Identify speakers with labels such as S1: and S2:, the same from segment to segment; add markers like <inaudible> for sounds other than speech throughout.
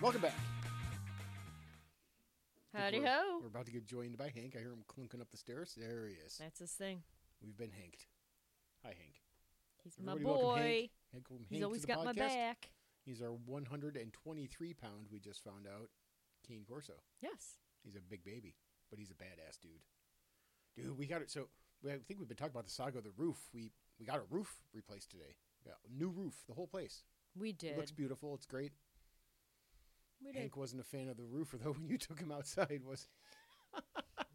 S1: Welcome back.
S2: Howdy
S1: We're-
S2: ho.
S1: We're about to get joined by Hank. I hear him clunking up the stairs. There he is.
S2: That's his thing.
S1: We've been Hanked. Hi, Hank.
S2: He's my
S1: Everybody welcome
S2: boy.
S1: Hank. Hank- Hank
S2: He's
S1: to
S2: always
S1: the
S2: got my
S1: podcast.
S2: back.
S1: He's our 123 pound, we just found out, Keen Corso.
S2: Yes.
S1: He's a big baby, but he's a badass dude. Dude, we got it. So we, I think we've been talking about the saga of the roof. We we got a roof replaced today. We got a new roof, the whole place.
S2: We
S1: It looks
S2: did.
S1: beautiful. It's great.
S2: We did.
S1: Hank wasn't a fan of the roofer though <laughs> when you took him outside. Was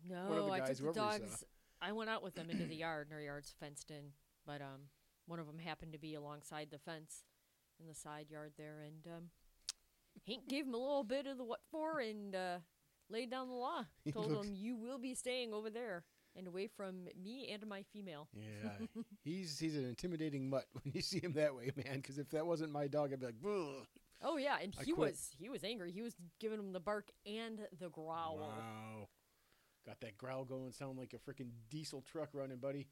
S2: No,
S1: one of the
S2: I
S1: guys, uh,
S2: took the
S1: whoever you saw.
S2: dogs. I went out with them into the yard, and our yard's fenced in. But um, one of them happened to be alongside the fence in the side yard there, and um, Hank gave him a little bit of the what for and uh, laid down the law.
S1: <laughs> He
S2: Told
S1: looks-
S2: him you will be staying over there and away from me and my female.
S1: yeah, he's he's an intimidating mutt <laughs> when you see him that way, man. Because if that wasn't my dog, I'd be like, Ugh.
S2: Oh yeah, and
S1: I
S2: he
S1: quit.
S2: was he was angry. He was giving him the bark and the growl.
S1: wow, got that growl going, sound like a freaking diesel truck running, buddy.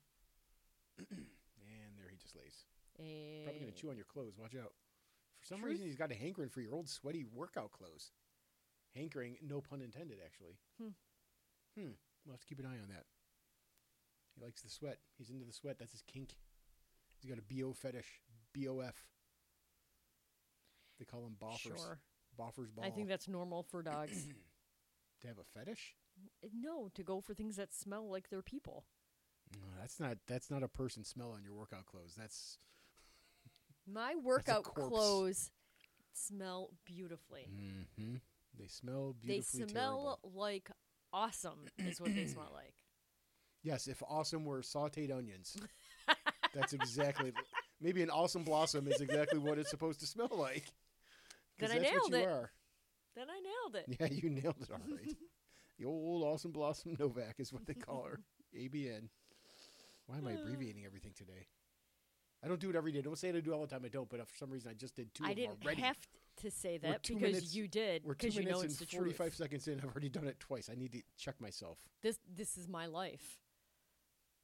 S1: <clears throat> man, there he just lays.
S2: And
S1: Probably gonna chew on your clothes. Watch out. For some
S2: Truth-
S1: reason, he's got a hankering for your old sweaty workout clothes. Hankering, no pun intended, actually.
S2: Hmm.
S1: Hmm. We'll have to keep an eye on that. He likes the sweat. He's into the sweat. That's his kink. He's got a bo fetish. Bof. They call him boffers.
S2: Sure.
S1: Boffers ball.
S2: I think that's normal
S1: <clears throat>
S2: for dogs.
S1: to have a fetish.
S2: No, to go for things that smell like they're people.
S1: No, that's not. That's not a person smell on your workout clothes. That's
S2: My workout
S1: corpse.
S2: clothes smell beautifully.
S1: hmm they smell
S2: They
S1: beautifully.
S2: smell
S1: terrible.
S2: like awesome is what
S1: <clears throat>
S2: they smell like.
S1: Yes, if awesome were sauteed onions. That's exactly maybe an awesome blossom is exactly what it's supposed to smell like. 'Cause
S2: Then I
S1: that's what
S2: nailed
S1: you
S2: it.
S1: are.
S2: Then I nailed it.
S1: Yeah, you nailed it all right. the old awesome blossom Novak is what they call her. ABN. Why
S2: Uh.
S1: am I abbreviating everything today? I don't do it every day. Don't say it I do all the time. I don't, but for some reason I just did two
S2: I
S1: of them
S2: didn't
S1: already.
S2: have to say
S1: We're
S2: that
S1: two
S2: because
S1: minutes-
S2: you did.
S1: We're two
S2: Because you know
S1: minutes
S2: it's the
S1: and forty-five
S2: truth.
S1: seconds in. I've already done it twice. I need to check myself.
S2: This this is my life.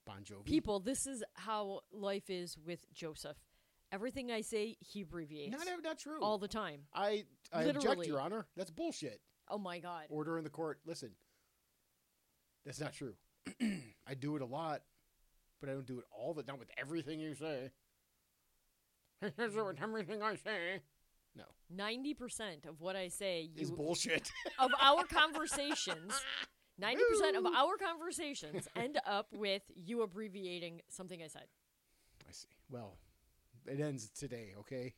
S1: Bon Jovi.
S2: People, this is how life is with Joseph. Everything I say, he abbreviates
S1: not ev- not true.
S2: all the time.
S1: I I object,
S2: Literally.
S1: Your Honor. That's bullshit.
S2: Oh my god.
S1: order in the court. Listen, that's not true. <clears throat> I do it a lot, but I don't do it all the not with everything you say. Here's what everything I say. No,
S2: Ninety percent of what I say you Ah.
S1: it's
S2: <laughs>
S1: bullshit.
S2: of our conversations,
S1: <laughs>
S2: 90% of our conversations end up with you abbreviating something I said.
S1: I see. Well, it ends today. Okay,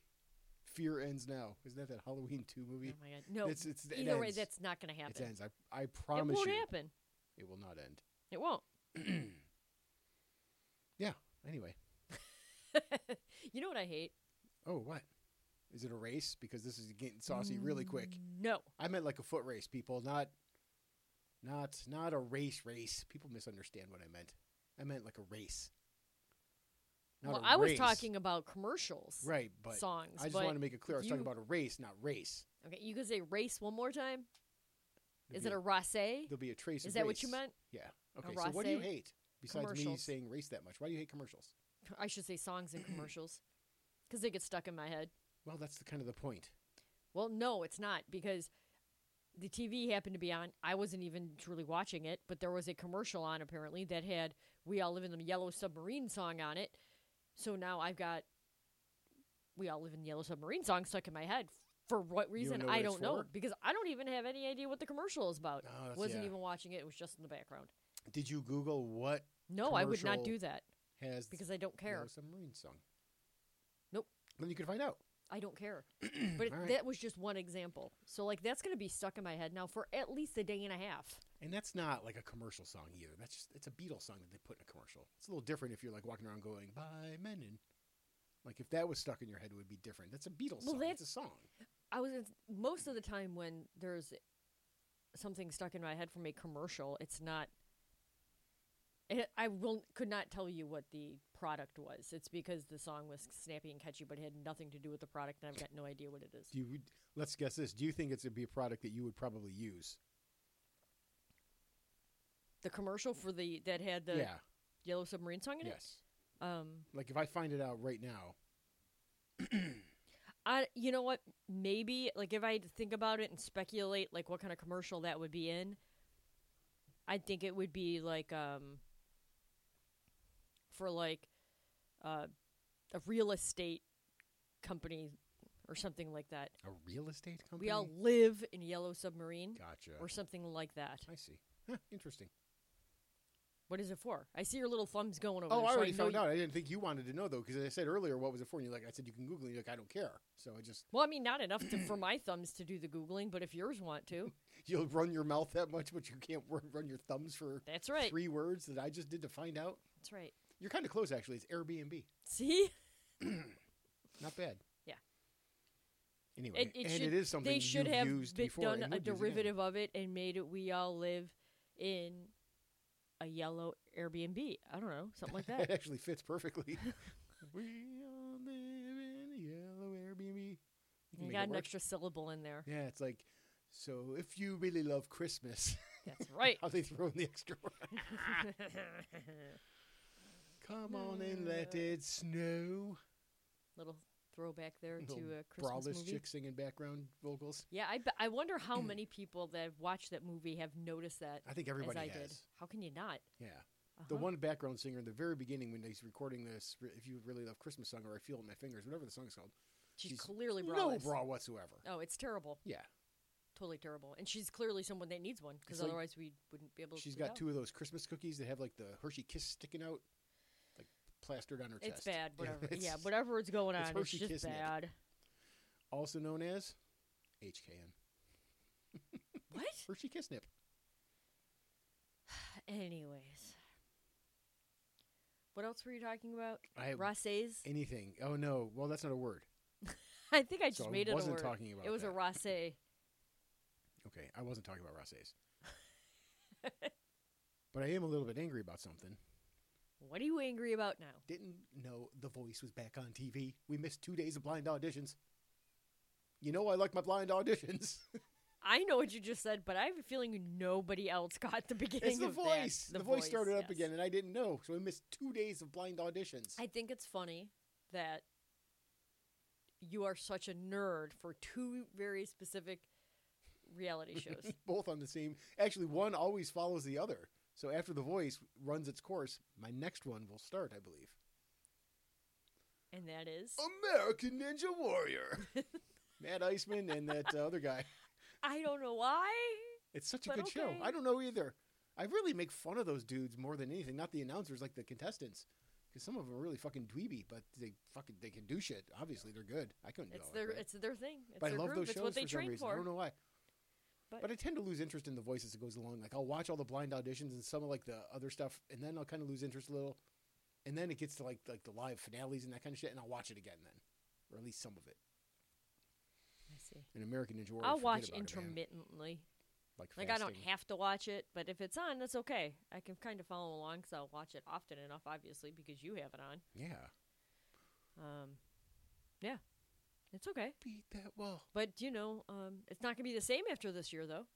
S1: fear ends now. Isn't that that Halloween two movie?
S2: Oh my god. No.
S1: It's- it's- it
S2: either way,
S1: ends.
S2: that's not going to happen.
S1: it ends. I I
S2: It
S1: promise
S2: won't
S1: you,
S2: happen.
S1: it will not end.
S2: It won't.
S1: <clears throat>
S2: <laughs>
S1: Yeah. Anyway,
S2: You know what I hate?
S1: oh what? Is it a race? Because this is getting saucy really quick.
S2: Mm, No.
S1: I meant like a foot race, people, not not not a race race. People misunderstand what I meant. I meant like a race. Not
S2: well,
S1: a
S2: I was
S1: race.
S2: talking about commercials.
S1: right, but
S2: songs,
S1: I just
S2: but
S1: want to make it clear. I was talking
S2: you-
S1: about a race, not race.
S2: Okay, you can say race one more time.
S1: There'll
S2: Is
S1: be
S2: it a race?
S1: There'll be a trace.
S2: Is
S1: of
S2: that what you
S1: race.
S2: meant?
S1: Yeah. Okay. So what do
S2: race?
S1: you hate besides me
S2: Commercials.
S1: saying race that much? Why do you hate commercials?
S2: I should say
S1: <clears throat>
S2: songs and commercials because they get stuck in my head.
S1: Well, that's the kind of the point.
S2: Well, no, it's not because the TV happened to be on. I wasn't even truly watching it, but there was a commercial on apparently that had "We All Live in the Yellow Submarine" song on it. So now I've got "We All Live in the Yellow Submarine" song stuck in my head. For what reason?
S1: know what
S2: I
S1: it's
S2: don't know
S1: for?
S2: because I don't even have any idea what the commercial is about.
S1: Oh, that's-
S2: wasn't
S1: yeah.
S2: even watching it. It was just in the background.
S1: Did you Google what?
S2: No, I would not
S1: commercial
S2: do that
S1: Has
S2: because I don't care.
S1: Yellow submarine song.
S2: Nope.
S1: Then you can find out.
S2: I don't
S1: <clears throat>
S2: care. But it,
S1: All right.
S2: that was just one example. So like that's going to be stuck in my head now for at least a day and a half.
S1: And that's not like a commercial song either. That's just it's a Beatles song that they put in a commercial. It's a little different if you're like walking around going "By Menon." Like if that was stuck in your head, it would be different. That's a Beatles
S2: Well,
S1: song.
S2: that-
S1: It's a song.
S2: I was it's- most of the time when there's something stuck in my head from a commercial, it's not. It, I will could not tell you what the product was. It's because the song was snappy and catchy, but it had nothing to do with the product, and I've got no idea what it is.
S1: Do you? Let's guess this. Do you think it's would be a product that you would probably use?
S2: The commercial for the that had the
S1: yeah.
S2: Yellow Submarine song in
S1: Yes.
S2: it. Um,
S1: Like if I find it out right now,
S2: I, you know what? Maybe like if I had to think about it and speculate, like what kind of commercial that would be in. I think it would be like um. For like, uh, a real estate company or something like that.
S1: A real estate company.
S2: We all live in Yellow Submarine
S1: Gotcha.
S2: or something like that.
S1: I see. Huh, interesting.
S2: What is it for? I see your little thumbs going over.
S1: Oh,
S2: there,
S1: I
S2: so
S1: already
S2: know
S1: found
S2: you-
S1: out. I didn't think you wanted to know though, because I said earlier, what was it for? And you're like, I said you can Google. it. You're like, I don't care. So I just <laughs>
S2: Well, I mean, not enough to,
S1: <coughs>
S2: for my thumbs to do the googling, but if yours want to,
S1: you'll run your mouth that much, but you can't run, run your thumbs for
S2: that's right.
S1: three words that I just did to find out.
S2: That's right.
S1: You're kind of close actually. It's Airbnb.
S2: See,
S1: Not bad.
S2: Yeah.
S1: Anyway,
S2: It- it
S1: and
S2: should-
S1: it is something
S2: they should
S1: you've
S2: have
S1: used
S2: been-
S1: before and
S2: done a
S1: would use again. <laughs>
S2: derivative of it and made it. We all live in a yellow Airbnb. I don't know, something like
S1: That <laughs>
S2: that.
S1: actually fits perfectly. <laughs> we all live in a yellow Airbnb. You can
S2: you
S1: make
S2: got
S1: it
S2: an
S1: work.
S2: extra syllable in there.
S1: Yeah, it's like, so if you really love Christmas, <laughs>
S2: That's right. <laughs>
S1: how they throw in the extra word. Come on and let it snow.
S2: little throwback there to
S1: Little
S2: a Christmas
S1: Brawless
S2: movie.
S1: chick singing background vocals.
S2: Yeah, I, bet- I wonder how
S1: <clears throat>
S2: many people that have watched that movie have noticed that
S1: I think everybody
S2: as I
S1: has.
S2: did. How can you not?
S1: Yeah.
S2: Uh-huh.
S1: The one background singer in the very beginning when he's recording this, re- if you really love Christmas song or I feel it in my fingers, whatever the song's called.
S2: she's,
S1: she's
S2: clearly
S1: No
S2: braless.
S1: bra whatsoever.
S2: Oh, it's terrible.
S1: Yeah.
S2: Totally terrible. And she's clearly someone that needs one because
S1: It's like-
S2: otherwise we wouldn't be able to.
S1: She's got
S2: tell.
S1: two of those Christmas cookies that have like the Hershey kiss sticking out, like plastered on her chest.
S2: It's bad.
S1: Yeah,
S2: Whatever. Yeah,
S1: it's
S2: whatever is going
S1: it's
S2: on, it's
S1: Hershey
S2: just
S1: Kiss Nick. <laughs>
S2: bad.
S1: Also known as HKN.
S2: What?
S1: Hershey kiss nip.
S2: Anyways, what else were you talking about?
S1: I
S2: Rosés.
S1: anything. Oh no. Well, that's not a word.
S2: <laughs> I think I just
S1: so
S2: made
S1: I
S2: it a
S1: wasn't
S2: word.
S1: talking about
S2: it was
S1: that.
S2: a rosé.
S1: Okay, I wasn't talking about
S2: <laughs>
S1: Ross's. but I am a little bit angry about something.
S2: What are you angry about now?
S1: Didn't know The Voice was back on TV. We missed two days of blind auditions. You know I like my blind auditions.
S2: I know what you just said, but I have a feeling nobody else <laughs> got the beginning
S1: it's The
S2: of that.
S1: Voice. The, voice, started up
S2: yes.
S1: again, and I didn't know, so we missed two days of blind auditions.
S2: I think it's funny that you are such a nerd for two very specific
S1: <laughs>
S2: reality shows.
S1: Both on the same. Actually, one always follows the other. So after The Voice runs its course, my next one will start, I believe.
S2: and that is
S1: Oh. American Ninja Warrior. Matt Iceman and that uh, other guy.
S2: I don't know why.
S1: It's such a
S2: But
S1: good show.
S2: okay.
S1: I don't know either. I really make fun of those dudes more than anything. Not the announcers, like the contestants, because some of them are really fucking dweeby, but they fucking they can do shit. Obviously, they're good. I couldn't. do
S2: It's
S1: all
S2: their
S1: that.
S2: it's their thing. It's
S1: but I
S2: their
S1: love
S2: group.
S1: those
S2: it's
S1: shows
S2: what they
S1: for some
S2: train
S1: reason.
S2: for.
S1: I don't know why.
S2: But-
S1: But, I tend to lose interest in the voice as it goes along. Like I'll watch all the blind auditions and some of like the other stuff, and then I'll kind of lose interest a little. And then it gets to like like the live finales and that kind of shit, and I'll watch it again then, or at least some of it.
S2: I see.
S1: An American Ninja Warrior.
S2: I'll
S1: forget about
S2: watch
S1: it, man.
S2: intermittently.
S1: like
S2: like I don't
S1: fasting.
S2: have to watch it, but if it's on, that's okay. I can kind of follow along because I'll watch it often enough, obviously, because you have it on.
S1: Yeah.
S2: Um, yeah, it's okay.
S1: Beat that wall.
S2: But you know, um, it's not gonna be the same after this year, though.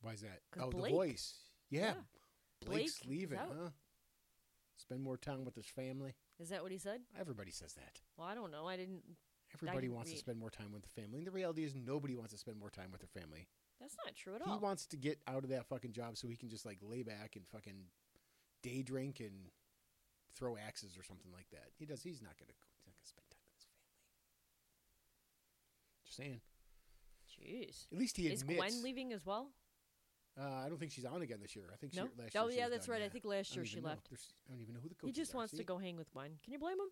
S1: Why is that?
S2: 'Cause
S1: Oh,
S2: Blake-
S1: the voice. Yeah.
S2: yeah.
S1: Blake's
S2: Blake is
S1: leaving,
S2: out.
S1: huh? Spend more time with his family.
S2: Is that what he said?
S1: Everybody says that.
S2: Well, I don't know. I didn't.
S1: Everybody
S2: didn't
S1: wants to
S2: read.
S1: spend more time with the family. And the reality is nobody wants to spend more time with their family.
S2: That's not true at
S1: he
S2: all.
S1: wants to get out of that fucking job so he can just like lay back and fucking day drink and throw axes or something like that. He does he's not gonna he's not gonna spend time with his family. Just saying.
S2: Jeez.
S1: At least he
S2: Is
S1: admits.
S2: Gwen leaving as well?
S1: uh, I don't think she's on again this year. I think
S2: No.
S1: she last year
S2: Oh
S1: she
S2: yeah,
S1: was
S2: that's
S1: done,
S2: right.
S1: yeah.
S2: I think last
S1: don't
S2: year she
S1: even know.
S2: left.
S1: There's- I don't even know who the coach
S2: He
S1: is.
S2: just wants to go hang with Gwen. Can you blame him?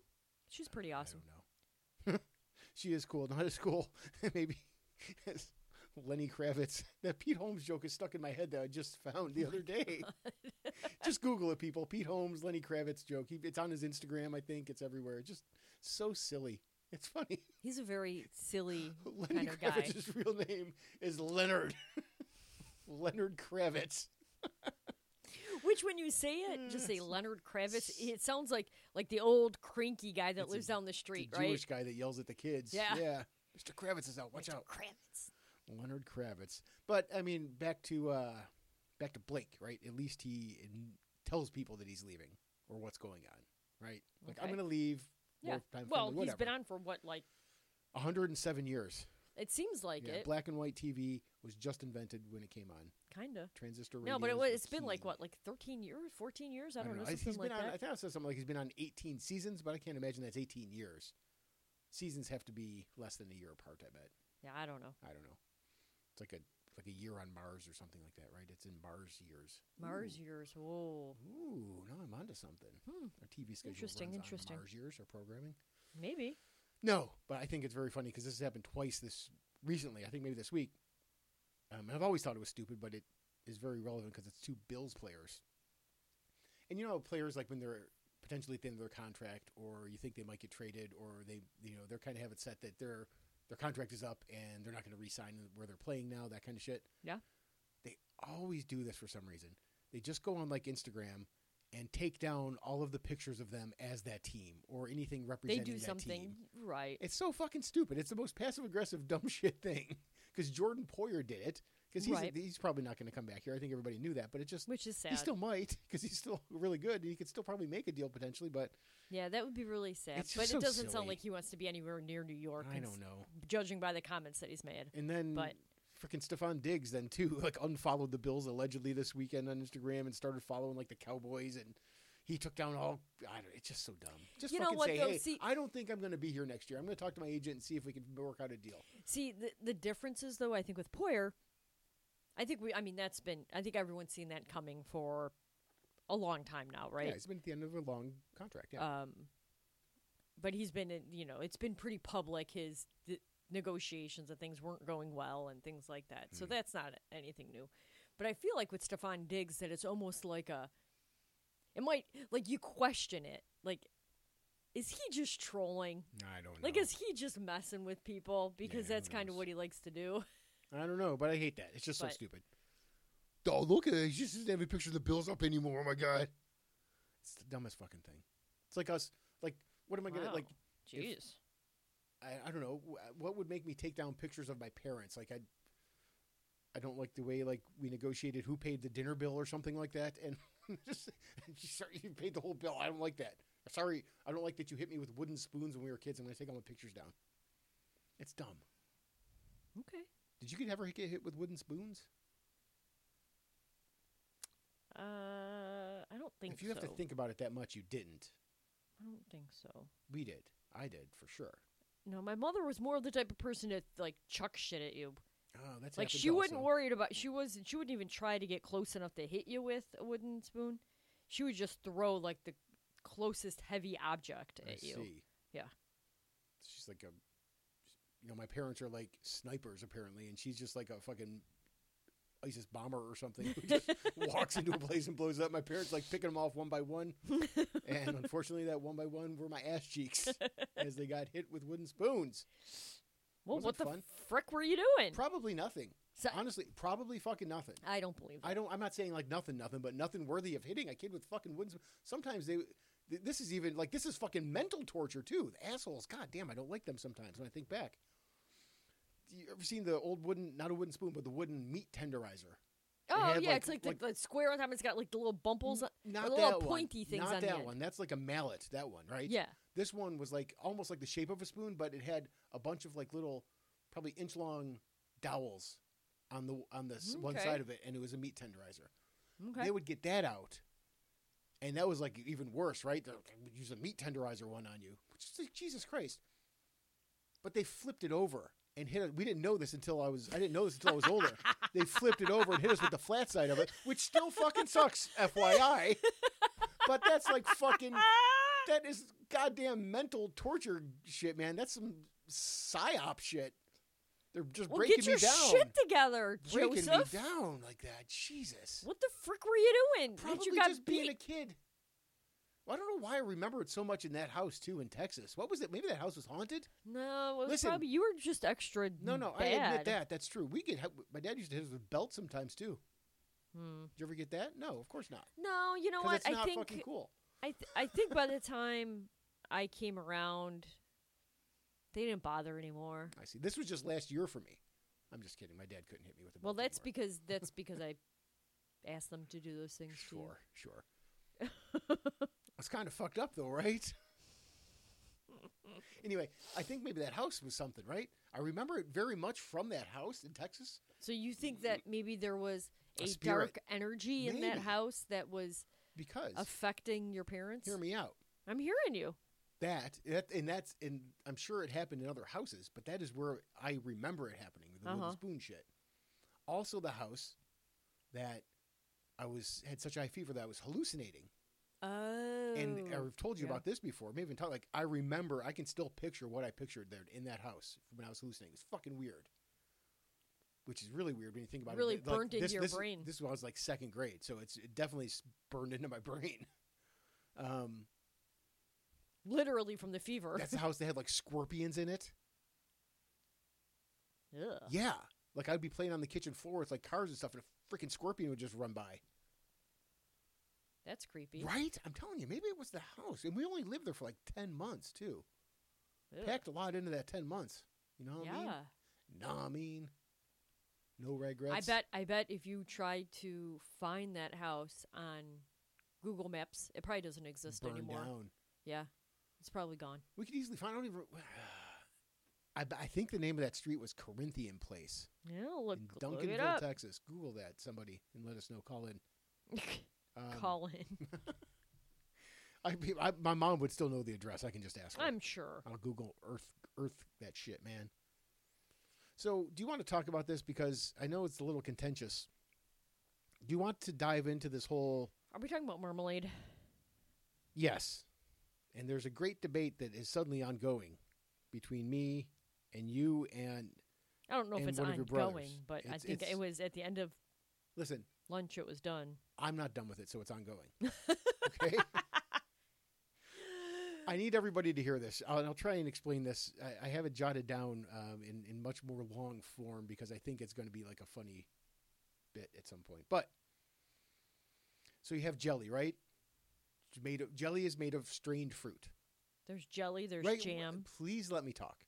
S2: She's pretty awesome.
S1: I don't know. <laughs> she is cool. Not as cool. <laughs> Maybe as Lenny Kravitz. <laughs> That Pete Holmes joke is stuck in my head that I just found
S2: Oh
S1: the other day. <laughs> just Google it, people. Pete Holmes, Lenny Kravitz joke. He, it's on his Instagram, I think. It's everywhere. Just so silly. It's funny.
S2: He's a very <laughs> silly
S1: <laughs> Lenny
S2: kind of guy.
S1: Kravitz's real name is Leonard. <laughs> Leonard Kravitz.
S2: <gasps> Which, when you say
S1: Mm.
S2: it, just say Leonard Kravitz. It sounds like like the old cranky guy that
S1: It's a-
S2: lives down the
S1: The
S2: street, right?
S1: Jewish guy that yells at the kids.
S2: Yeah.
S1: Yeah. Mr. Kravitz is out. Watch
S2: Mr.
S1: out.
S2: Kravitz.
S1: Leonard Kravitz. But I mean, back to uh, back to Blake, right? At least he in- tells people that he's leaving or what's going on, right? Like I'm
S2: Okay.
S1: going to leave.
S2: Yeah.
S1: More time for
S2: well,
S1: me,
S2: he's been
S1: whatever.
S2: on for what, like
S1: 107 years.
S2: It seems like
S1: yeah,
S2: it.
S1: black and white TV was just invented when it came on.
S2: Kinda.
S1: Transistor radio.
S2: No, but it was, it's been like what, like thirteen years, fourteen years? I don't, know,
S1: He's
S2: something like
S1: been on, I
S2: that.
S1: think I said something like he's been on 18 seasons, but I can't imagine that's 18 years. Seasons have to be less than a year apart. I bet.
S2: yeah, I don't know.
S1: I don't know. It's like a like a year on Mars or something like that, right? It's in Mars years.
S2: Mars years. Oh,
S1: Ooh, Ooh now I'm onto something.
S2: Hmm.
S1: Our TV schedule
S2: Interesting,
S1: runs
S2: interesting.
S1: on Mars years or programming.
S2: maybe.
S1: No, but I think it's very funny because this has happened twice this recently. I think maybe this week. Um, I've always thought it was stupid, but it is very relevant because it's two Bills players. And you know, how players like when they're potentially at the end of their contract, or you think they might get traded, or they, you know, they're kind of have it set that their their contract is up and they're not going to re-sign where they're playing now, that kind of shit.
S2: Yeah.
S1: they always do this for some reason. They just go on like Instagram and take down all of the pictures of them as that team or anything
S2: They
S1: representing
S2: do
S1: that
S2: something
S1: team.
S2: right.
S1: It's so fucking stupid. It's the most passive aggressive dumb <laughs> shit thing. Because Jordan Poyer did it. Because he's,
S2: Right.
S1: he's probably not going to come back here. I think everybody knew that. But it just
S2: Which is sad.
S1: he still might because he's still <laughs> really good and he could still probably make a deal potentially. But
S2: yeah, that would be really sad.
S1: It's
S2: But
S1: just
S2: it
S1: so
S2: doesn't sound
S1: silly.
S2: like he wants to be anywhere near New York.
S1: I
S2: cons-
S1: don't know.
S2: Judging by the comments that he's made.
S1: And then
S2: But-
S1: freaking Stefan Diggs then too <laughs> like unfollowed the Bills allegedly this weekend on Instagram and started following like the Cowboys and. He took down all. I don't, it's just so dumb. Just
S2: You know
S1: fucking
S2: what,
S1: say,
S2: though?
S1: hey,
S2: See-
S1: I don't think I'm going to be here next year. I'm going to talk to my agent and see if we can work out a deal.
S2: See, the the differences though, I think with Poyer, I think we, I mean, that's been, I think everyone's seen that coming for a long time now,
S1: Yeah,
S2: right?
S1: it's been at the end of a long contract. Yeah.
S2: Um, but he's been, in, you know, it's been pretty public. His th- negotiations and things weren't going well and things like that.
S1: Mm-hmm.
S2: So that's not anything new. But I feel like with Stefan Diggs that it's almost like a, it might like you question it, like, is he just trolling?
S1: I don't know.
S2: Like, is he just messing with people because
S1: Yeah, who
S2: that's kind of
S1: knows?
S2: what he likes to do?
S1: I don't know, but I hate that. It's just so
S2: But-
S1: stupid. Oh, look at it. He just doesn't have any picture of the Bills up anymore. Oh, my God. It's the dumbest fucking thing. It's like us. Like, what am I going to, like,
S2: jeez.
S1: if- I, I don't know. Wh- What would make me take down pictures of my parents? Like, I I don't like the way, like, we negotiated who paid the dinner bill or something like that. And <laughs> just, sorry, you paid the whole bill. I don't like that. Sorry, I don't like that you hit me with wooden spoons when we were kids. I'm going to take all my pictures down. It's dumb.
S2: okay.
S1: Did you ever get hit with wooden spoons?
S2: Uh, I don't think
S1: if you
S2: so.
S1: have to think about it that much, you didn't.
S2: I don't think so.
S1: We did. I did for sure.
S2: No, my mother was more of the type of person to like chuck shit at you.
S1: Oh, that's
S2: Like
S1: happened
S2: she wouldn't
S1: also.
S2: worried about she was she wouldn't even try to get close enough to hit you with a wooden spoon. She would just throw like the closest heavy object
S1: I
S2: at you. <laughs>
S1: see.
S2: Yeah.
S1: She's like a, you know, my parents are like snipers apparently, and she's just like a fucking ISIS bomber or something who
S2: <laughs>
S1: just walks into a place and blows it up. My parents like picking them off one by one, and unfortunately, that one by one were my ass
S2: <laughs>
S1: cheeks as they got hit with wooden spoons.
S2: Well,
S1: Was
S2: what
S1: it
S2: the
S1: fun?
S2: frick were you doing?
S1: Probably nothing.
S2: So-
S1: Honestly, probably fucking nothing.
S2: I don't believe that.
S1: I don't. I'm not saying like nothing, nothing, but nothing worthy of hitting a kid with fucking wooden. sp- Sometimes they. th- This is even like this is fucking mental torture too. The assholes. God damn, I don't like them sometimes when I think back. You ever seen the old wooden, not a wooden spoon, but the wooden meat tenderizer?
S2: oh
S1: had,
S2: yeah,
S1: like-
S2: it's like,
S1: like- Mm-hmm.
S2: the, the square on top. It's got like the little bumples, on, or
S1: Not
S2: the
S1: that
S2: little pointy
S1: one.
S2: things
S1: Not
S2: on the
S1: that
S2: end.
S1: one. That's like a mallet. That one, right?
S2: Yeah.
S1: This one was like almost like the shape of a spoon, but it had a bunch of like little, probably inch long dowels on the on this one
S2: Okay.
S1: side of it, and it was a meat tenderizer.
S2: Okay.
S1: they would get that out. And that was like even worse, right? They would use a meat tenderizer one on you, which is like, Jesus Christ. But they flipped it over and hit it. We didn't know this until I was, I didn't know this until I was
S2: <laughs>
S1: older. they flipped it over and hit us with the flat side of it, which still fucking
S2: <laughs>
S1: sucks, FYI. But that's like fucking,
S2: Ah!
S1: that is goddamn mental torture shit, man. That's some psyop shit. They're just
S2: well,
S1: breaking
S2: get your
S1: me down.
S2: shit together,
S1: breaking
S2: Joseph.
S1: me down like that. Jesus.
S2: What the frick were you doing?
S1: Probably
S2: that you got
S1: just
S2: beat.
S1: being a kid. Well, I don't know why I remember it so much in that house too in Texas. What was it? Maybe that house was haunted.
S2: no, it was
S1: Listen.
S2: probably you were just extra.
S1: No, no, I
S2: Mm, bad.
S1: admit that. That's true. We get my dad used to hit us with belts sometimes too.
S2: Hmm.
S1: Did you ever get that? No, of course not.
S2: No, you know
S1: Because
S2: what?
S1: it's
S2: I
S1: not
S2: think
S1: fucking cool.
S2: I th- I think by the time I came around, they didn't bother anymore.
S1: I see. This was just last year for me. I'm just kidding. My dad couldn't hit me with a belt.
S2: Well, that's
S1: anymore. <laughs>
S2: because that's because I asked them to do those things. to you.
S1: sure,
S2: <laughs>
S1: sure. it's kind of fucked up though, right? Anyway, I think maybe that house was something, right? I remember it very much from that house in Texas.
S2: So you think that maybe there was
S1: A
S2: a,
S1: spirit.
S2: dark energy in that
S1: Maybe.
S2: house that was
S1: Because
S2: affecting your parents?
S1: hear me out.
S2: I'm hearing you.
S1: That, that and that's and I'm sure it happened in other houses, but that is where I remember it happening, the
S2: Uh-huh.
S1: wooden spoon shit. Also the house that I was had such a high fever that I was hallucinating.
S2: Oh.
S1: and I've told you
S2: yeah.
S1: about this before. Maybe even talk like I remember. I can still picture what I pictured there in that house when I was hallucinating. It's fucking weird, which is really weird when you think about
S2: Really
S1: it. Like,
S2: burnt into
S1: this-
S2: your
S1: this-
S2: brain.
S1: This was like second grade, so it's it definitely s- burned into my <laughs> brain. Um,
S2: literally from the <laughs> fever.
S1: that's the house that had like scorpions in it.
S2: Ugh.
S1: Yeah, like I'd be playing on the kitchen floor with like cars and stuff, and a freaking scorpion would just run by.
S2: That's creepy.
S1: Right? I'm telling you, maybe it was the house, and we only lived there for like ten months too.
S2: Ugh.
S1: Packed a lot into that ten months. You know what I mean?
S2: yeah.
S1: Nah, I mean, no regrets.
S2: I bet I bet if you tried to find that house on Google Maps, it probably doesn't exist
S1: burned
S2: anymore.
S1: down.
S2: Yeah. It's probably gone.
S1: We could easily find. I don't even. <sighs> I, b- I think the name of that street was Corinthian Place
S2: Yeah, look,
S1: in
S2: look
S1: Duncanville,
S2: it up.
S1: Texas. Google that, somebody, and let us know. Call in.
S2: <laughs>
S1: Um, <laughs>
S2: Call in.
S1: I, be- I- my mom would still know the address. I can just ask her.
S2: I'm sure.
S1: I'll Google Earth Earth that shit, man. So, do you want to talk about this because I know it's a little contentious. Do you want to dive into this whole
S2: Are we talking about marmalade?
S1: Yes. And there's a great debate that is suddenly ongoing between me and you and
S2: I don't know if
S1: And
S2: it's
S1: one of your brothers.
S2: ongoing, but I
S1: It's-
S2: think
S1: it's-
S2: it was at the end of
S1: listen,
S2: lunch it was done.
S1: I'm not done with it, so it's ongoing. Okay? <gasps> I need everybody to hear this. I'll, I'll try and explain this. I, I have it jotted down um, in, in much more long form because I think it's going to be like a funny bit at some point. But so you have jelly, right? It's made of, jelly is made of strained fruit.
S2: There's jelly, there's
S1: right?
S2: jam.
S1: Please let me talk.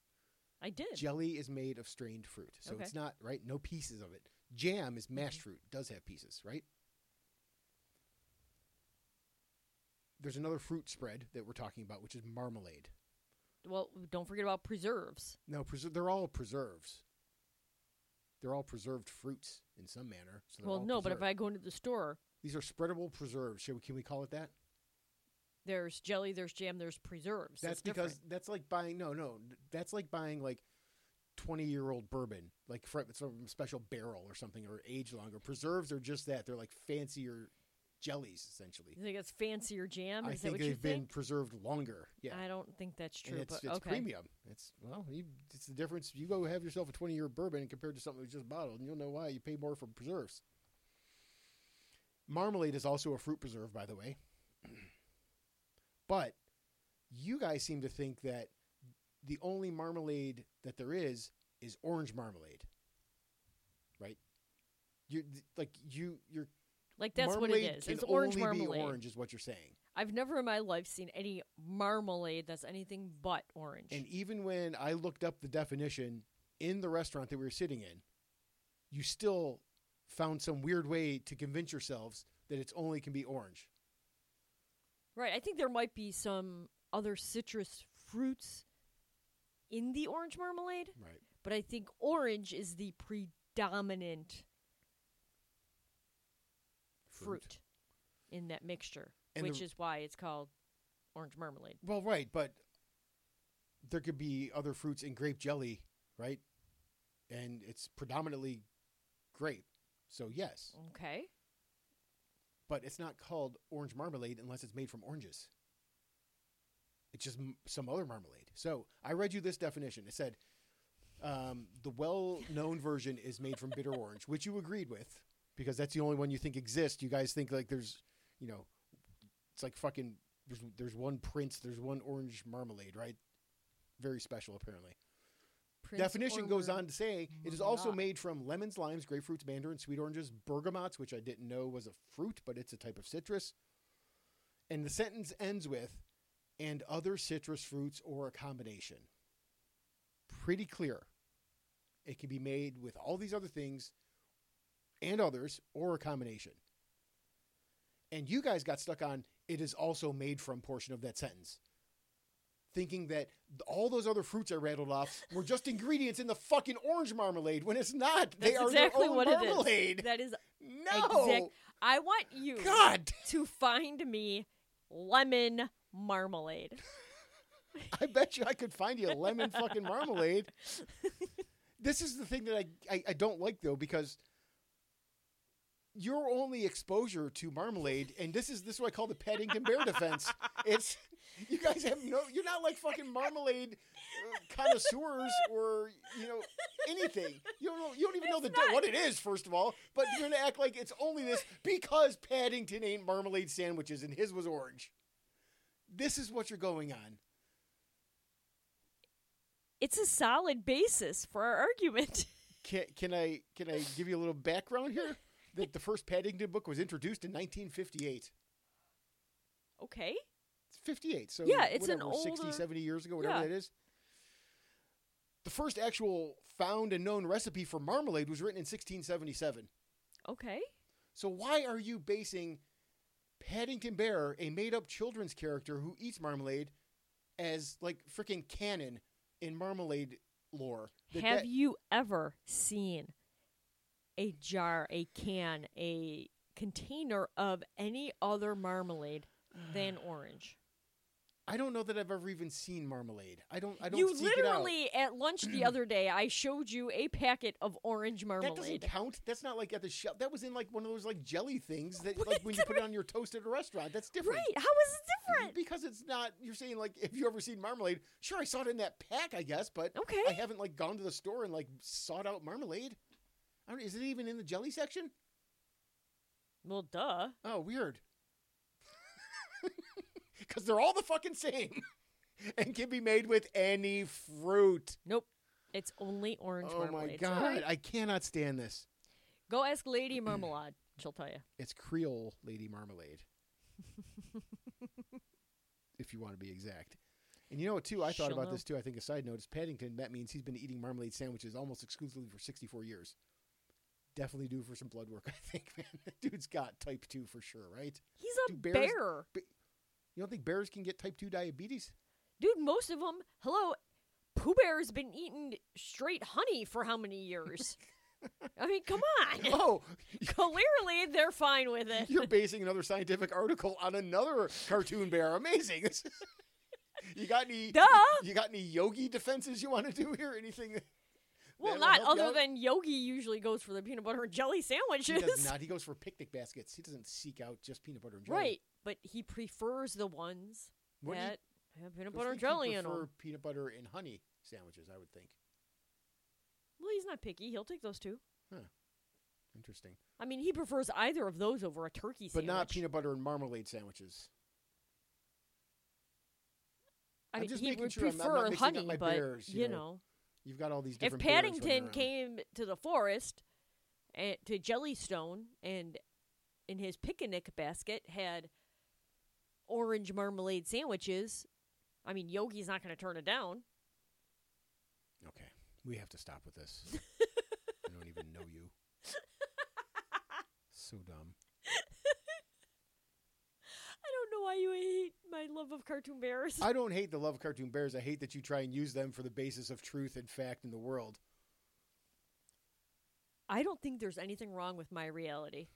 S2: I did.
S1: Jelly is made of strained fruit, so
S2: Okay. Mm-hmm.
S1: it's not right. No pieces of it. Jam is mashed fruit. Does have pieces, right? There's another fruit spread that we're talking about, which is marmalade.
S2: well, don't forget about preserves.
S1: No, preser- they're all preserves. They're all preserved fruits in some manner. So they're
S2: well,
S1: all
S2: no, but if
S1: preserved.
S2: I go into the store,
S1: these are spreadable preserves, should we, can we call it that?
S2: there's jelly, there's jam, there's preserves.
S1: that's
S2: It's different.
S1: because that's like buying no, no, that's like buying like twenty year old bourbon, like from from a special barrel or something, or age longer. Preserves are just that; they're like fancier jellies, essentially.
S2: you think it's fancier jam.
S1: I
S2: Is that
S1: think
S2: what you
S1: they've been
S2: think?
S1: preserved longer. Yeah,
S2: I don't think that's true.
S1: and it's,
S2: but
S1: it's
S2: okay,
S1: premium. It's well, you, it's the difference. You go have yourself a twenty year bourbon and compared to something that's just bottled, and you'll know why you pay more for preserves. Marmalade is also a fruit preserve, by the way. <clears throat> but you guys seem to think that the only marmalade that there is is orange marmalade, right? You like you you're
S2: like that's what
S1: marmalade
S2: it is.
S1: can
S2: It's orange
S1: only be
S2: marmalade.
S1: orange is what you're saying.
S2: I've never in my life seen any marmalade that's anything but orange.
S1: And even when I looked up the definition in the restaurant that we were sitting in, you still found some weird way to convince yourselves that it's only can be orange.
S2: right, I think there might be some other citrus fruits in the orange marmalade,
S1: Right.
S2: but I think orange is the predominant
S1: Fruit.
S2: fruit, in that mixture,
S1: And the-
S2: which is why it's called orange marmalade.
S1: Well, right, but there could be other fruits in grape jelly, right? And it's predominantly grape. So yes,
S2: Okay.
S1: but it's not called orange marmalade unless it's made from oranges. It's just m- some other marmalade. So I read you this definition. It said um, the well known version is made from bitter orange, which you agreed with because that's the only one you think exists. You guys think like there's, you know, it's like fucking, there's, there's one prince, there's one orange marmalade, right? Very special, apparently.
S2: Prince
S1: Definition goes
S2: Ormond.
S1: on to say it is also
S2: Marmalade.
S1: made from lemons, limes, grapefruits, mandarins, sweet oranges, bergamots, which I didn't know was a fruit, but it's a type of citrus. And the sentence ends with and other citrus fruits or a combination. Pretty clear. It can be made with all these other things and others or a combination. And you guys got stuck on it is also made from portion of that sentence thinking that th- all those other fruits I rattled
S2: <laughs>
S1: off were just ingredients in the fucking orange marmalade when it's not. they
S2: That's
S1: are
S2: exactly
S1: their own
S2: what it is.
S1: marmalade.
S2: That is
S1: No.
S2: I want you
S1: <laughs> God,
S2: to find me lemon marmalade.
S1: I bet you I could find you a lemon fucking marmalade.
S2: <laughs>
S1: This is the thing that I, I, I don't like though because your only exposure to marmalade, and this is this is what I call the Paddington Bear
S2: <laughs>
S1: defense. It's you guys have no, you're not like fucking marmalade uh, connoisseurs or you know anything. You don't know, you don't even know the
S2: It's
S1: di-
S2: not.
S1: what it is first of all. But you're gonna act like it's only this because Paddington ain't marmalade sandwiches and his was orange. This is what you're going on.
S2: It's a solid basis for our argument.
S1: Can, can I can I give you a little background
S2: <laughs>
S1: here? That the first Paddington book was introduced in 1958.
S2: Okay.
S1: It's 58, so
S2: Yeah, it's an
S1: whatever, 60,
S2: older-
S1: 70 years ago, whatever
S2: Yeah.
S1: that is. The first actual found and known recipe for marmalade was written in 1677.
S2: Okay.
S1: So why are you basing Paddington Bear, a made-up children's character who eats marmalade, as like freaking canon in marmalade lore? That-
S2: Have
S1: that-
S2: you ever seen a jar, a can, a container of any other marmalade
S1: <sighs>
S2: than orange?
S1: I don't know that I've ever even seen marmalade. I don't. I don't.
S2: You
S1: seek it out.
S2: literally at
S1: <clears throat>
S2: lunch the other day I showed you a packet of orange
S1: That doesn't
S2: marmalade.
S1: count. That's not like at the shop. That was in like one of those like jelly things that like when you put it on your toast at a restaurant. That's different.
S2: Right. How is it different?
S1: Because it's not. You're saying like if you ever seen marmalade, sure I saw it in that pack, I guess, but
S2: Okay.
S1: I haven't like gone to the store and like sought out marmalade. I don't, is it even in the jelly section?
S2: Well, duh.
S1: Oh, weird. <laughs> Because they're all the fucking same, <laughs> and can be made with any fruit.
S2: Nope. It's only orange
S1: oh
S2: marmalade.
S1: my
S2: It's all
S1: god,
S2: right.
S1: I cannot stand this.
S2: Go ask Lady Marmalade. She'll tell you.
S1: It's Creole Lady Marmalade. <laughs> if you want to be exact. And you know what, too? I thought
S2: She'll
S1: about
S2: know.
S1: this, too. I think a side note is Paddington, that means he's been eating marmalade sandwiches almost exclusively for 64 years. Definitely due for some blood work, <laughs> I think, man. That dude's got type 2 for sure, right?
S2: He's a
S1: Do bears-
S2: bear.
S1: You don't think bears can get type 2 diabetes?
S2: Dude, most of them, hello, Pooh Bear's been eating straight honey for how many years? I mean, come
S1: <laughs>
S2: on.
S1: Oh,
S2: Clearly, they're fine with it.
S1: you're basing another scientific article on another cartoon bear. Amazing. <laughs> This is- you got any <laughs>
S2: <laughs> Duh.
S1: you got any yogi defenses you want to do here? Anything that-
S2: Well,
S1: that'll
S2: not
S1: help you
S2: other
S1: out?
S2: than Yogi usually goes for the peanut butter and jelly
S1: He does
S2: <laughs> sandwiches.
S1: not. He goes for picnic baskets. He doesn't seek out just peanut butter and jelly.
S2: Right, but he prefers the ones
S1: What do you-
S2: that have
S1: I
S2: peanut
S1: would
S2: butter and
S1: think he'd
S2: jelly in
S1: prefer
S2: them.
S1: peanut butter and honey sandwiches. I would think.
S2: Well, he's not picky. He'll take those two.
S1: Interesting,
S2: I mean, he prefers either of those over a turkey
S1: but
S2: sandwich.
S1: not peanut butter and marmalade sandwiches.
S2: I
S1: I'm
S2: mean,
S1: just
S2: he
S1: making
S2: would
S1: sure I'm not- I'm
S2: prefer
S1: not mixing up
S2: honey,
S1: my
S2: but
S1: bears, you
S2: you
S1: know,
S2: know,
S1: You've got all these
S2: if
S1: different. bears running
S2: Paddington
S1: around.
S2: came to the forest and, to Jellystone and in his picnic basket had orange marmalade sandwiches, I mean, Yogi's not going to turn it down.
S1: okay, we have to stop with this.
S2: <laughs>
S1: I don't even know you. So dumb.
S2: I don't know why you hate my love of cartoon bears.
S1: I don't hate the love of cartoon bears. I hate that you try and use them for the basis of truth and fact in the world.
S2: I don't think there's anything wrong with my reality.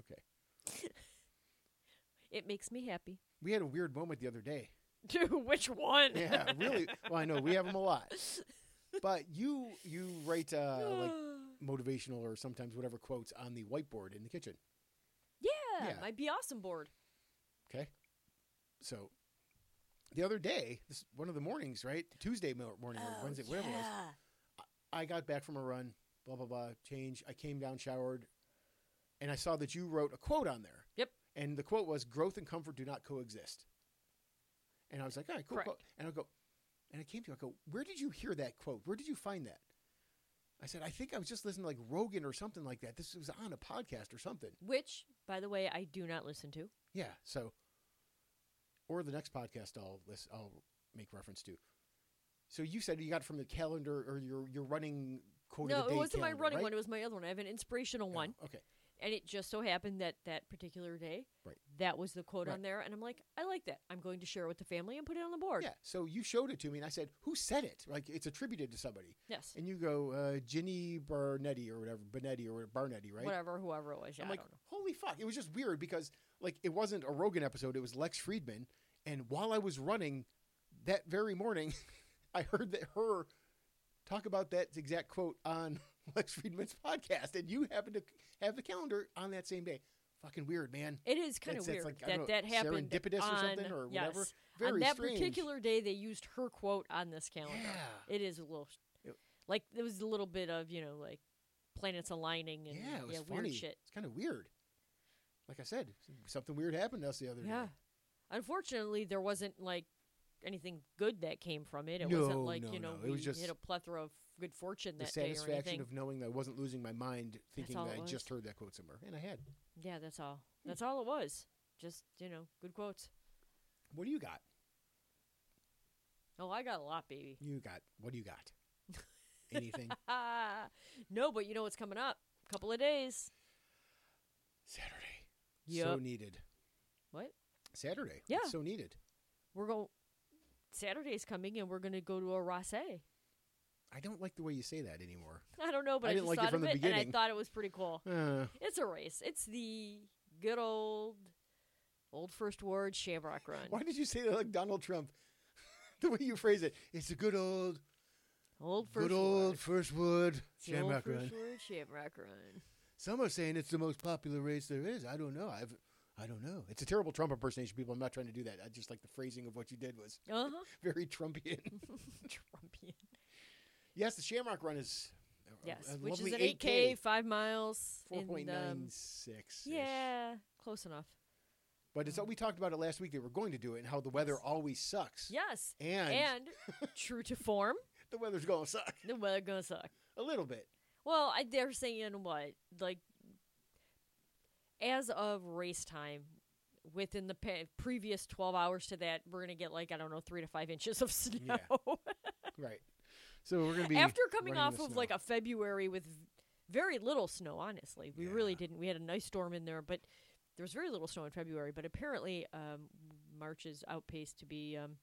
S1: Okay.
S2: It makes me happy. <laughs>
S1: We had a weird moment the other day.
S2: Dude, which one? <sighs>
S1: Yeah, really. Well, I know we have them a lot, but you you write uh, like motivational or sometimes whatever quotes on the whiteboard in the kitchen.
S2: yeah,
S1: Yeah.
S2: my Be Awesome board.
S1: Okay, so the other day, this one of the mornings, right? Tuesday mo- morning
S2: Oh,
S1: or Wednesday, whatever it was. I got back from a run, blah blah blah, change. I came down, showered, and I saw that you wrote a quote on there.
S2: Yep.
S1: And the quote was, "Growth and comfort do not coexist." And I was like, "All right, cool."
S2: Correct.
S1: Quote. And I go, and I came to you. I go, "Where did you hear that quote? Where did you find that?" I said, "I think I was just listening to like Rogan or something like that. This was on a podcast or something."
S2: Which, by the way, I do not listen to.
S1: Yeah. So, or the next podcast I'll list, I'll make reference to. So you said you got it from the calendar or your your running quote.
S2: no,
S1: of the day
S2: it wasn't my
S1: calendar,
S2: running
S1: right?
S2: one. It was my other one. I have an inspirational
S1: Oh,
S2: one,
S1: okay.
S2: and it just so happened that that particular day,
S1: Right.
S2: that was the quote
S1: Right.
S2: on there, and I'm like, I like that. I'm going to share it with the family and put it on the board.
S1: Yeah. So you showed it to me, and I said, "Who said it?" Like it's attributed to somebody,
S2: Yes.
S1: and you go, uh, "Ginny Barnetti or whatever, Benetti or Barnetti, right?"
S2: Whatever, whoever it was. Yeah,
S1: I'm
S2: I
S1: like,
S2: don't know.
S1: holy fuck! It was just weird because like it wasn't a Rogan episode; it was Lex Friedman. And while I was running that very morning, <laughs> I heard that her talk about that exact quote on <laughs> Lex Friedman's podcast, and you happened to have the calendar on that same day. Fucking weird, man.
S2: It is kind of
S1: That's- that's
S2: weird
S1: like, I
S2: that
S1: don't know,
S2: that happened.
S1: serendipitous or
S2: on,
S1: something or whatever?
S2: yes,
S1: Very
S2: on that
S1: strange.
S2: particular day, they used her quote on this calendar.
S1: Yeah.
S2: It is a little,
S1: It-
S2: like there was a little bit of you know like planets aligning and
S1: yeah, it was funny.
S2: weird shit.
S1: It's kind of weird. Like I said, something weird happened to us the other
S2: Yeah.
S1: day.
S2: Unfortunately, there wasn't like anything good that came from it. It
S1: No,
S2: wasn't like
S1: no,
S2: you know
S1: no. It
S2: we
S1: was just
S2: hit a plethora of good fortune
S1: The
S2: that day or anything.
S1: satisfaction of knowing that I wasn't losing my mind thinking
S2: all
S1: that
S2: it
S1: I
S2: was.
S1: just heard that quote somewhere. And I had.
S2: yeah, that's all.
S1: Hmm.
S2: That's all it was. Just you know, good quotes.
S1: What do you got?
S2: Oh, I got a lot, baby. <laughs>
S1: You got. What do you got? Anything?
S2: Ah, no, but you know what's coming up? A couple of days.
S1: Saturday. So
S2: Yup.
S1: needed.
S2: What?
S1: Saturday. It's
S2: Yeah.
S1: So needed.
S2: We're going. Saturday's coming, and we're going to go to a Rosse.
S1: I don't like the way you say that anymore.
S2: I don't know, but
S1: I
S2: I,
S1: didn't like
S2: just
S1: it
S2: thought
S1: from
S2: of
S1: the
S2: it, and I
S1: beginning.
S2: thought it was pretty cool.
S1: Uh,
S2: It's a race. It's the good old, old first word Shamrock Run.
S1: why did you say that like Donald Trump? <laughs> the way you phrase it. It's a good old,
S2: Old first
S1: good old
S2: word.
S1: first wood
S2: It's the old
S1: shamrock
S2: first
S1: run.
S2: word Shamrock Run.
S1: Some are saying it's the most popular race there is. I don't know. I've I don't know. It's a terrible Trump impersonation, people. I'm not trying to do that. I just like the phrasing of what you did was <laughs>
S2: Uh huh.
S1: very Trumpian. <laughs>
S2: Trumpian.
S1: yes, the Shamrock Run is a- a-
S2: <laughs> Yes,
S1: a
S2: which is
S1: lovely
S2: an 8K, five miles.
S1: four
S2: in,
S1: point
S2: um,
S1: nine six.
S2: Yeah, close enough.
S1: but it's we talked about it last week. They were going to do it, and how the weather
S2: Yes.
S1: always sucks.
S2: Yes,
S1: and, <laughs>
S2: and true to form,
S1: the weather's going to suck
S2: the weather gonna suck.
S1: a little
S2: <laughs>
S1: bit.
S2: Well, I, they're saying what like as of race time, within the pa- previous twelve hours to that, we're gonna get like I don't know three to five inches of snow. <laughs>
S1: Yeah. Right. So we're going to be
S2: After coming
S1: running in
S2: off
S1: the
S2: of
S1: snow.
S2: like a February with v- very little snow, honestly, we really
S1: Yeah.
S2: didn't. We had a nice storm in there, but there was very little snow in February. But apparently, um, March is outpaced to be um,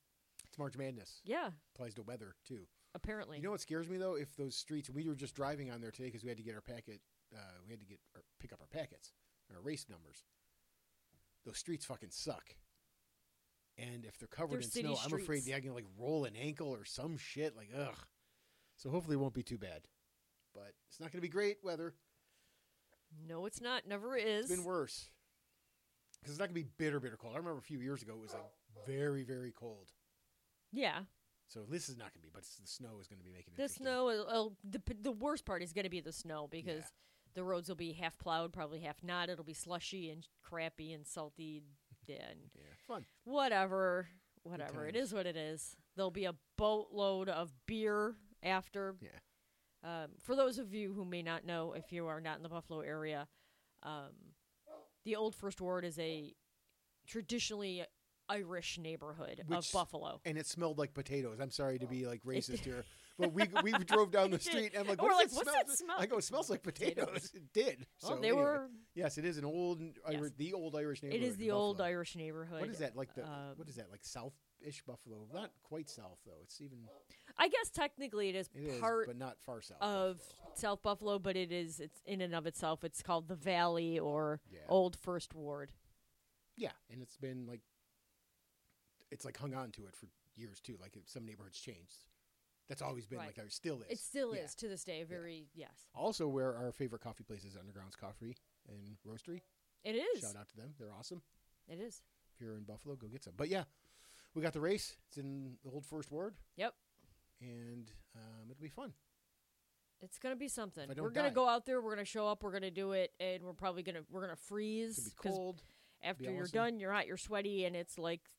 S1: it's March Madness
S2: yeah.
S1: applies to weather too.
S2: Apparently,
S1: You know what scares me though? If those streets, we were just driving on there today because we had to get our packet, uh, we had to get our, pick up our packets, our race numbers. Those streets fucking suck. And if they're covered
S2: They're
S1: in
S2: city
S1: snow, I'm afraid
S2: streets.
S1: they're gonna like roll an ankle or some shit. Like ugh. So hopefully it won't be too bad, but it's not gonna be great weather.
S2: no, it's not. Never is.
S1: It's been worse because it's not gonna be bitter, bitter cold. I remember a few years ago it was like very, very cold.
S2: yeah.
S1: So this is not gonna be, but it's, the snow is gonna be making it.
S2: The
S1: interesting.
S2: snow, will- will- the, p- the worst part is going to be the snow because the roads will be half plowed, probably half not. It'll be slushy and crappy and salty and
S1: Yeah, fun.
S2: whatever, whatever. It
S1: times.
S2: is what it is. There'll be a boatload of beer after.
S1: Yeah.
S2: Um, for those of you who may not know, if you are not in the Buffalo area, um, the Old First Ward is a traditionally Irish neighborhood of
S1: Which-
S2: Buffalo.
S1: and it smelled like potatoes. I'm sorry to be like racist
S2: <laughs>
S1: here, but we we drove down the
S2: Oh. It did.
S1: street and I'm like,
S2: We're
S1: what's,
S2: like,
S1: that,
S2: "What's
S1: smell?
S2: that smell?"
S1: I go, it smells like potatoes. <laughs> it did.
S2: Well,
S1: so
S2: they
S1: anyway.
S2: were.
S1: Yes, it is an old Irish, the old Irish
S2: It
S1: neighborhood.
S2: is
S1: in
S2: the old
S1: Buffalo.
S2: Irish neighborhood.
S1: What is that like? The
S2: um,
S1: what is that like south-ish Buffalo? Not quite south though. It's even
S2: I guess technically it is
S1: it is,
S2: part
S1: but not far south.
S2: of
S1: Buffalo.
S2: South Buffalo, but it is it's in and of itself. It's called the Valley or
S1: Yeah.
S2: Old First Ward.
S1: yeah, and it's been like it's like hung on to it for years too. Like if some neighborhoods changed. That's always been
S2: Right.
S1: like there. Still is.
S2: It still
S1: Yeah.
S2: is to this day. Very yes,
S1: Also, where our favorite coffee place is Underground's Coffee and Roastery.
S2: it is.
S1: Shout out to them. They're awesome.
S2: It is.
S1: If you're in Buffalo, go get some. But yeah, we got the race. It's in the old first ward.
S2: Yep.
S1: And um, it'll be fun.
S2: It's gonna be something.
S1: If I don't
S2: We're gonna
S1: die.
S2: go out there. We're gonna show up. We're gonna do it, and we're probably gonna we're gonna freeze
S1: It's gonna
S2: 'cause
S1: be cold.
S2: after
S1: be
S2: you're
S1: awesome.
S2: done, you're hot, you're sweaty, and it's like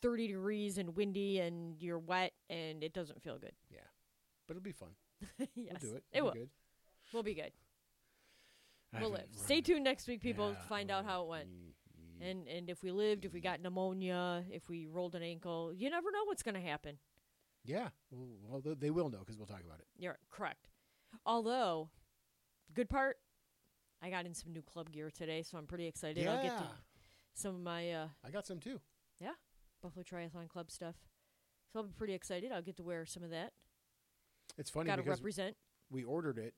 S2: thirty degrees and windy, and you're wet, and it doesn't feel good. <laughs>
S1: But it'll be fun.
S2: yes,
S1: We'll do it.
S2: It
S1: It'll
S2: will.
S1: be good.
S2: We'll be good.
S1: I
S2: We'll live.
S1: haven't
S2: Stay
S1: run-
S2: tuned next week, people.
S1: Yeah, Mm-hmm.
S2: to find out
S1: oh,
S2: how it went.
S1: ye- ye-
S2: and and if we lived, if we got pneumonia, if we rolled an ankle, you never know what's going to happen.
S1: yeah. Well, well, they- they will know because we'll talk about it.
S2: You're correct. Although, good part, I got in some new club gear today, so I'm pretty excited. I'll get to
S1: Yeah.
S2: some of my uh,
S1: I got some too.
S2: Buffalo Triathlon Club stuff. So I'm pretty excited. I'll get to wear some of that.
S1: It's funny
S2: Got to
S1: because
S2: represent.
S1: we ordered it.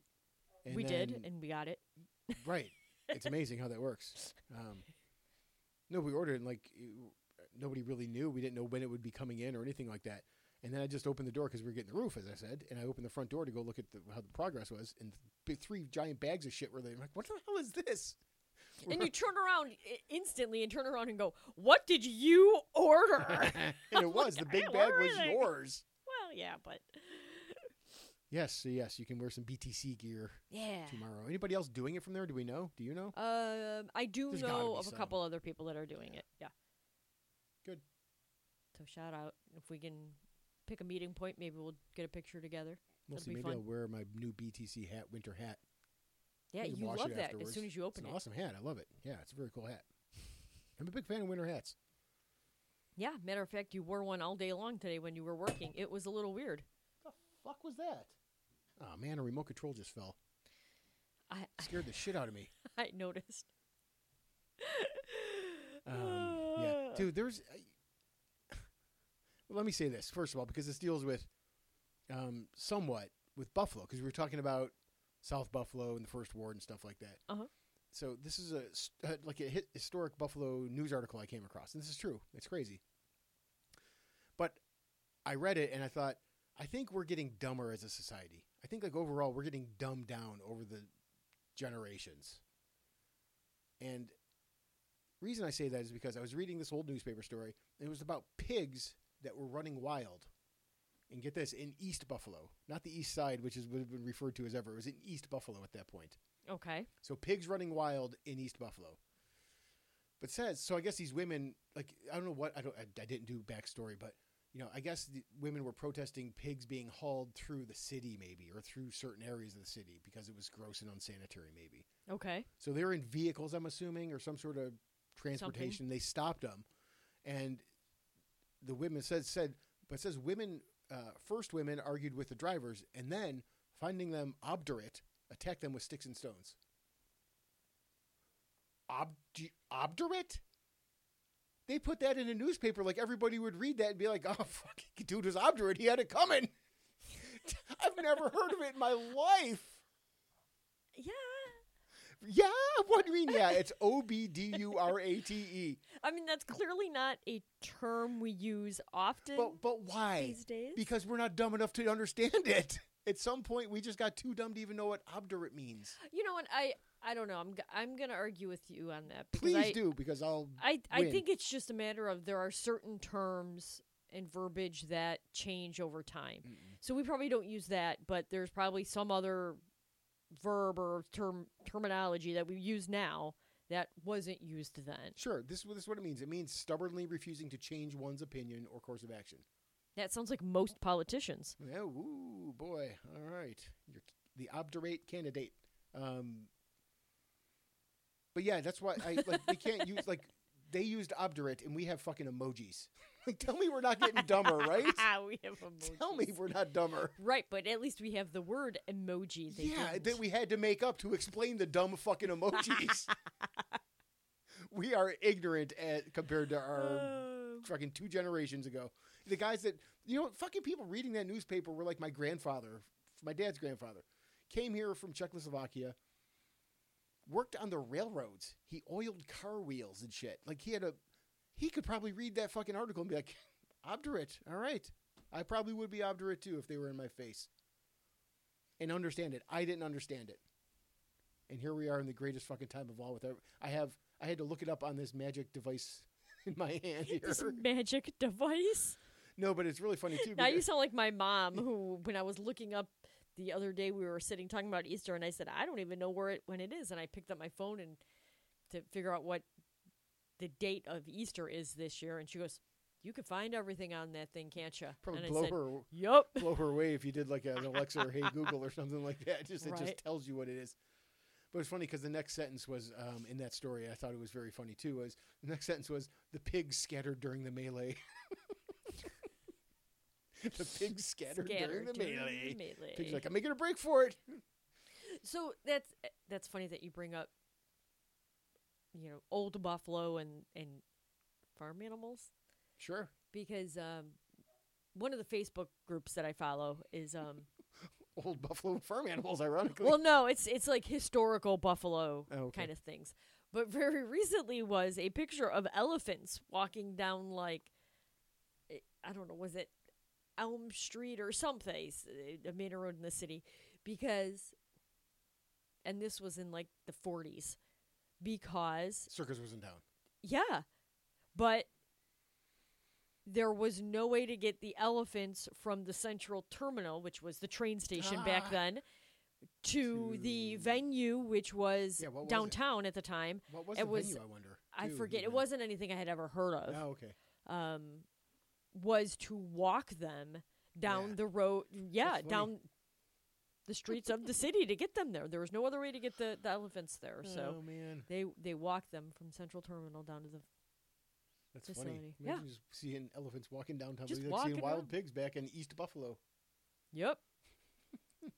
S1: And
S2: we did,
S1: then-
S2: and we
S1: <laughs>
S2: got it.
S1: right. It's amazing how that works. Um, no, we ordered it and like it- nobody really knew. We didn't know when it would be coming in or anything like that. And then I just opened the door because we were getting the roof, as I said. And I opened the front door to go look at the, how the progress was. And big three giant bags of shit were there. I'm like, what the hell is this?
S2: And you turn around i- instantly and turn around and go, "What did you
S1: <laughs>
S2: order?"
S1: <laughs> and it <laughs> was. The
S2: I
S1: big
S2: didn't
S1: bag
S2: order
S1: was
S2: anything.
S1: yours.
S2: well, yeah, but
S1: Yes, so yes, you can wear some BTC gear
S2: yeah.
S1: tomorrow. Anybody else doing it from there? Do we know? Do you know?
S2: Um, I do
S1: There's gotta
S2: know
S1: be
S2: of a
S1: some.
S2: couple other people that are doing it. Yeah.
S1: Good.
S2: So shout out if we can pick a meeting point, maybe we'll get a picture together.
S1: We'll
S2: That'd
S1: see.
S2: be
S1: Maybe
S2: fun.
S1: I'll wear my new BTC hat, winter hat.
S2: Yeah,
S1: can
S2: you
S1: wash it
S2: love that as
S1: afterwards.
S2: soon as you
S1: It's an
S2: open it.
S1: awesome hat. I love it. Yeah, it's a very cool hat. I'm a big fan of winter hats.
S2: Yeah, matter of fact, you wore one all day long today when you were working. It was a little weird.
S1: The fuck was that? Oh man, a remote control just fell.
S2: I <laughs>
S1: Scared the shit out of me.
S2: I noticed.
S1: Um, yeah, dude, there's. I, well, let me say this first of all because this deals with, um, somewhat with Buffalo because we were talking about South Buffalo and the First Ward and stuff like that.
S2: Uh-huh.
S1: So this is a s- uh, like a hi- historic Buffalo news article I came across, and this is true. It's crazy, but I read it and I thought, I think we're getting dumber as a society. I think like overall we're getting dumbed down over the generations. And reason I say that is because I was reading this old newspaper story, and it was about pigs that were running wild. And get this, in East Buffalo, not the East Side, which is what had been referred to as ever. It was in East Buffalo at that point.
S2: <sighs> Okay.
S1: So pigs running wild in East Buffalo. But says so. I guess these women, like I don't know what I don't. I, I didn't do backstory, but you know, I guess the women were protesting pigs being hauled through the city, maybe, or through certain areas of the city because it was gross and unsanitary, maybe.
S2: Okay.
S1: So they're in vehicles, I'm assuming, or some sort of transportation. They stopped them, and the women said said, but it says women uh, first women argued with the drivers, and then finding them obdurate, attacked them with sticks and stones. Ob- obdurate. They put that in a newspaper, like everybody would read that and be like, <laughs> "Oh, fucking dude was obdurate. He had it coming." <laughs> I've never heard of it in my life.
S2: Yeah.
S1: Yeah, what do you mean? Yeah, it's O B D U R A T E.
S2: I mean, that's clearly not a term we use often
S1: But but why?
S2: these days.
S1: Because we're not dumb enough to understand it. At some point, we just got too dumb to even know what obdurate
S2: <laughs>
S1: means.
S2: you know what? I I don't know. I'm g- I'm gonna argue with you on that. because
S1: Please
S2: I,
S1: do, because I'll.
S2: I, I
S1: win.
S2: think it's just a matter of there are certain terms and verbiage that change over time. So we probably don't use that, but there's probably some other verb or term terminology that we use now that wasn't used then.
S1: Sure, this is, what- this is what it means. It means stubbornly refusing to change one's opinion or course of action.
S2: That sounds like most politicians.
S1: Oh, ooh, boy. All right. You're the obdurate candidate. Um, but yeah, that's why I like
S2: <laughs>
S1: we can't use like they used obdurate and we have fucking emojis. <laughs> Like tell me we're not getting dumber, right?
S2: <laughs> we have emojis.
S1: Tell me we're not dumber.
S2: Right, but at least we have the word emoji. They
S1: yeah,
S2: didn't.
S1: that we had to make up to explain the dumb fucking
S2: <laughs>
S1: emojis. we are ignorant at, compared to our <laughs>
S2: Oh.
S1: fucking two generations ago. The guys that you know, fucking people reading that newspaper were like my grandfather, my dad's grandfather, came here from Czechoslovakia, worked on the railroads. He oiled car wheels and shit. Like he had a, he could probably read that fucking article and be like, <laughs> obdurate. All right, I probably would be obdurate too if they were in my face. And understand it. I didn't understand it. And here we are in the greatest fucking time of all. With our, I have, I had to look it up on this magic device <laughs> in my hand here.
S2: This magic device.
S1: No, but it's really funny too.
S2: Now you
S1: because-
S2: sound like my mom, who, when I was looking up the other day, we were sitting talking about Easter, and I said, I don't even know where it when it is, and I picked up my phone and to figure out what the date of Easter is this year, and she goes, "You can find everything on that thing, can't you?"
S1: probably
S2: and
S1: blow
S2: I said,
S1: her
S2: "Yup."
S1: blow her away if you did like an Alexa
S2: <laughs>
S1: or Hey Google or something like that. Just it
S2: Right.
S1: just tells you what it is. But it's funny because the next sentence was um, in that story. I thought it was very funny too. Was the next sentence was the pigs scattered during the melee. <laughs> the pigs scattered, during the melee. Pigs like I'm making a break for it.
S2: So that's that's funny that you bring up, you know, old buffalo and and farm animals
S1: Sure.
S2: because um, one of the Facebook groups that I follow is um,
S1: Old buffalo and farm animals, <laughs> ironically.
S2: well, no, it's it's like historical buffalo
S1: Oh, okay.
S2: kind of things. But very <laughs> recently was a picture of elephants walking down like I- I don't know, was it Elm Street or someplace, uh, a main road in the city, because and this was in like the 40s because
S1: Circus wasn't down.
S2: yeah. But there was no way to get the elephants from the central terminal, which was the train station
S1: Ah.
S2: back then, to, the
S1: To-
S2: venue, which was
S1: Yeah, what was it?
S2: downtown at the time.
S1: What was
S2: It
S1: the
S2: was-
S1: venue, I wonder?
S2: I
S1: Dude,
S2: forget.
S1: you
S2: It
S1: know.
S2: wasn't anything I had ever heard of.
S1: Oh, okay.
S2: Um, was to walk them down
S1: Yeah.
S2: the road. Yeah,
S1: funny.
S2: down the streets of the city to get them there. There was no other way to get the, the elephants there. So
S1: Oh, man.
S2: they they walked them from central terminal down to the
S1: That's funny.
S2: facility. Yeah.
S1: Imagine just seeing elephants walking downtown.
S2: Just
S1: Just like seeing
S2: walking
S1: wild
S2: around.
S1: pigs back in East Buffalo.
S2: Yep. <laughs>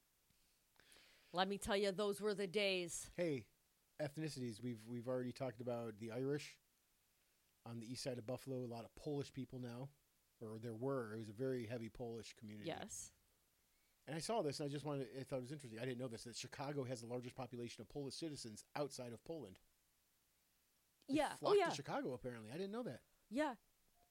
S2: Let me tell you, those were the days.
S1: Hey, ethnicities. We've we've already talked about the Irish on the east side of Buffalo. A lot of Polish people now, or there were. It was a very heavy Polish community.
S2: Yes.
S1: And I saw this, and I just wanted. I thought it was interesting. I didn't know this that Chicago has the largest population of Polish citizens outside of Poland. They
S2: Yeah. Oh,
S1: flock
S2: yeah.
S1: To Chicago, apparently. I didn't know that.
S2: Yeah.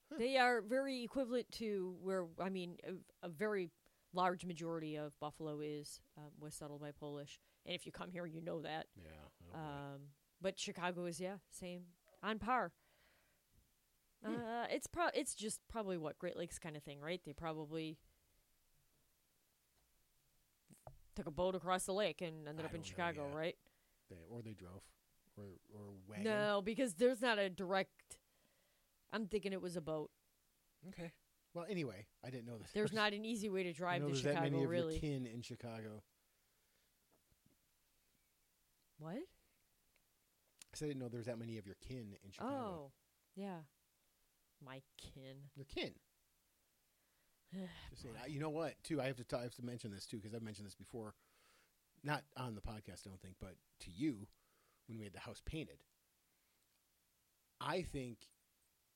S1: Huh.
S2: They are very equivalent to where, I mean, a, a very large majority of Buffalo is um, was settled by Polish. And if you come here, you know that.
S1: Yeah.
S2: Um, but Chicago is, yeah, same. On par.
S1: Hmm.
S2: Uh, it's pro- it's just probably what Great Lakes kind of thing, right? They probably took a boat across the lake and ended
S1: I
S2: up in
S1: don't know
S2: Chicago,
S1: yet.
S2: right?
S1: they, or they drove, or or wagon.
S2: No, because there's not a direct. I'm thinking it was a boat.
S1: Okay. Well, anyway, I didn't know that. <laughs>
S2: There's
S1: was-
S2: not an easy way to
S1: I
S2: drive
S1: know
S2: to
S1: there's that
S2: Chicago,
S1: many of
S2: really.
S1: your kin in Chicago.
S2: what?
S1: I said I didn't know there was that many of your kin in Chicago.
S2: Oh, yeah. My kin. <sighs>
S1: Your kin. Just saying. I- you know what? Too, I have to. T- I have to mention this too because I've mentioned this before, not on the podcast, I don't think, but to you when we had the house painted. I think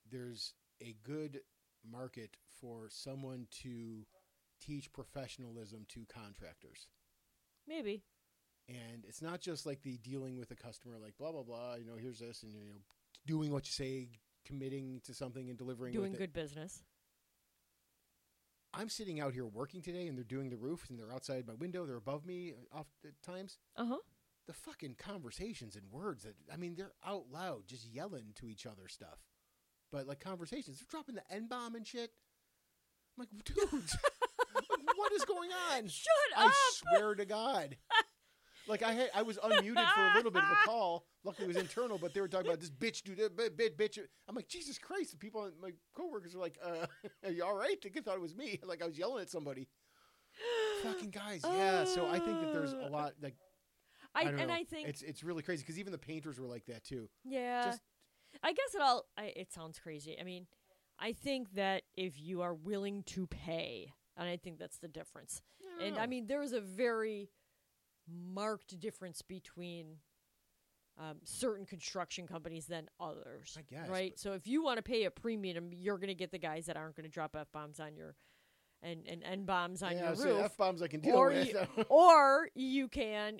S1: there's a good market for someone to teach professionalism to contractors.
S2: Maybe.
S1: and it's not just like the dealing with a customer like blah blah blah you know here's this and you know doing what you say committing to something and delivering
S2: Doing
S1: with it.
S2: good
S1: <laughs>
S2: business.
S1: i'm sitting out here working today and they're doing the roof and they're outside my window they're above me uh, oft at times
S2: Uh
S1: <laughs>
S2: huh.
S1: the fucking conversations and words that i mean they're out loud just yelling to each other stuff but like conversations they're dropping the n-bomb and shit i'm like <laughs> dude like, what is going on
S2: Shut
S1: I
S2: up!
S1: swear to
S2: <laughs>
S1: God. Like I had, I was unmuted for a little bit of a call. Luckily, it was internal, but they were talking about this bitch, dude, that bi- bit, bitch. I'm like, Jesus Christ! The people, my coworkers, are like, uh, <laughs> "Are you all right?" They thought it was me. <laughs> Like I was yelling at somebody. Fucking guys, yeah. So I think that there's a
S2: Uh,
S1: lot. Like
S2: I,
S1: don't
S2: and
S1: know.
S2: I think
S1: it's it's really crazy because even the painters were like that too.
S2: yeah.
S1: just-
S2: I guess it all. I, it sounds crazy. I mean, I think that if you are willing to pay, and I think that's the difference. And I
S1: No.
S2: mean, there is a very marked difference between um, certain construction companies than others.
S1: I guess,
S2: right?
S1: but-
S2: So if you want to pay a premium, you're going to get the guys that aren't going to drop f bombs on your and and n bombs on
S1: yeah,
S2: your
S1: so
S2: roof,
S1: f bombs I can deal
S2: or
S1: with. <laughs>
S2: or you can.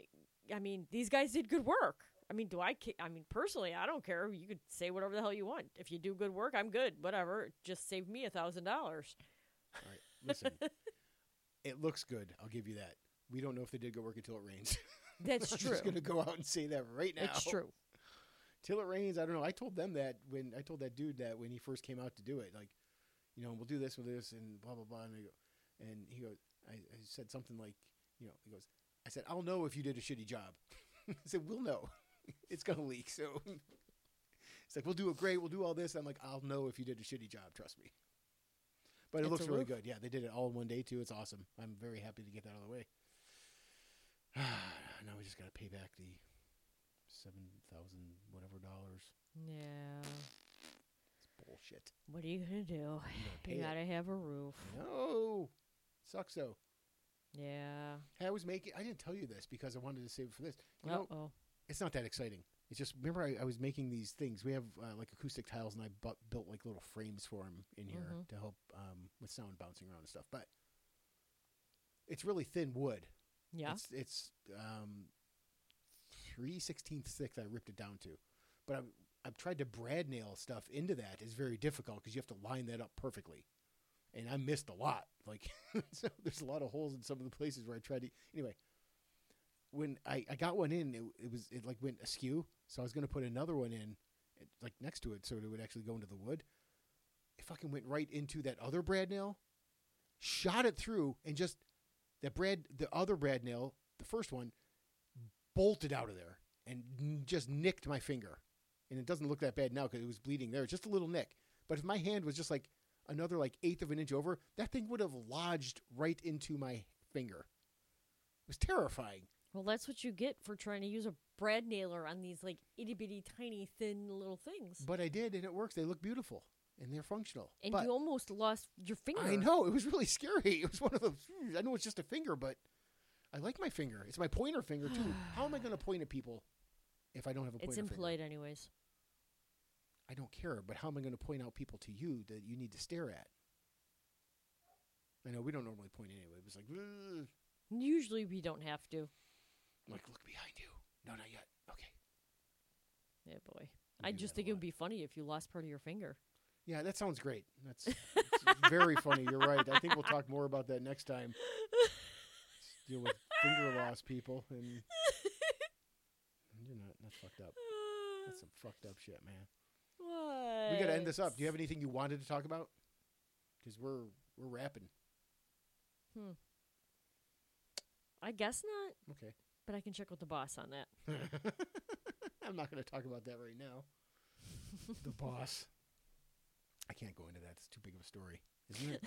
S2: I mean, these guys did good work. I mean, do I? Ca- I mean, personally, I don't care. You could say whatever the hell you want. If you do good work, I'm good. Whatever. Just save me a thousand dollars.
S1: All right,
S2: <laughs>
S1: listen, it looks good. I'll give you that. We don't know if they did go work until it rains. <laughs>
S2: That's
S1: I'm
S2: true.
S1: just gonna go out and say that right now.
S2: It's true.
S1: Till it rains. I don't know. I told them that when I told that dude that when he first came out to do it, like, you know, we'll do this, we'll do this, and blah blah blah. And I go, and he goes, I, I said something like, you know, he goes, I said, I'll know if you did a shitty job. <laughs> I said, we'll know. <laughs> it's gonna leak. So <laughs> it's like, we'll do it great. We'll do all this. I'm like, I'll know if you did a shitty job. Trust me. But it
S2: It's
S1: looks
S2: a
S1: really
S2: roof.
S1: good. Yeah, they did it all in one day too. It's awesome. I'm very happy to get that out of the way. <sighs> now we just gotta pay back the seven thousand whatever dollars.
S2: Yeah.
S1: It's bullshit.
S2: What <laughs> are you gonna do?
S1: You gotta pay
S2: You
S1: it.
S2: gotta have a roof.
S1: No, sucks though.
S2: Yeah.
S1: Hey, I was making. I didn't tell you this because I wanted to save it for this. You know,
S2: oh.
S1: it's not that exciting. It's just remember I, I was making these things. We have uh, like acoustic tiles, and I bu- built like little frames for them in here
S2: Mhm.
S1: to help um, with sound bouncing around and stuff. But it's really thin wood.
S2: Yeah.
S1: It's it's um, three sixteenth thick that I ripped it down to, but I've I've tried to brad nail stuff into that is very difficult because you have to line that up perfectly, and I missed a lot. Like <laughs> so, there's a lot of holes in some of the places where I tried to. Anyway, when I, I got one in, it, it was it like went askew, so I was gonna put another one in, it, like next to it, so it would actually go into the wood. It fucking went right into that other brad nail, shot it through, and just that Brad, the other Brad nail, the first one, bolted out of there and n- just nicked my finger. And it doesn't look that bad now because it was bleeding there, just a little nick. But if my hand was just like another like eighth of an inch over, that thing would have lodged right into my finger. It was terrifying.
S2: Well, that's what you get for trying to use a brad nailer on these like itty bitty tiny thin little things.
S1: But I did, and it works. They look beautiful and they're functional.
S2: and
S1: but
S2: you almost lost your finger.
S1: I know it was really <laughs> scary. It was one of those. hmm, I know it's just a finger, but I like my finger. It's my pointer finger
S2: <sighs>
S1: too. How am I going to point at people if I don't have a pointer?
S2: It's
S1: finger?
S2: impolite, anyways.
S1: I don't care, but how am I going to point out people to you that you need to stare at? I know we don't normally point anyway. It was like, "Ugh."
S2: Usually we don't have to.
S1: like look behind you. No, not yet. Okay.
S2: Yeah, boy.
S1: We
S2: I
S1: do
S2: just
S1: that a
S2: think it
S1: lot.
S2: would be funny if you lost part of your finger.
S1: Yeah, that sounds great.
S2: <laughs>
S1: That's it's very funny. You're right. I think we'll talk more about that next
S2: <laughs>
S1: time. Let's deal with finger loss, people, and you're not that's fucked up. That's some fucked up shit, man.
S2: Uh, what?
S1: We got to end this up. Do you have anything you wanted to talk about? Because we're we're wrapping.
S2: I guess not,
S1: Okay.
S2: but I can check with the boss on that.
S1: <laughs> I'm not going to talk about that right now. the boss. I can't go into that. It's too big of a story, isn't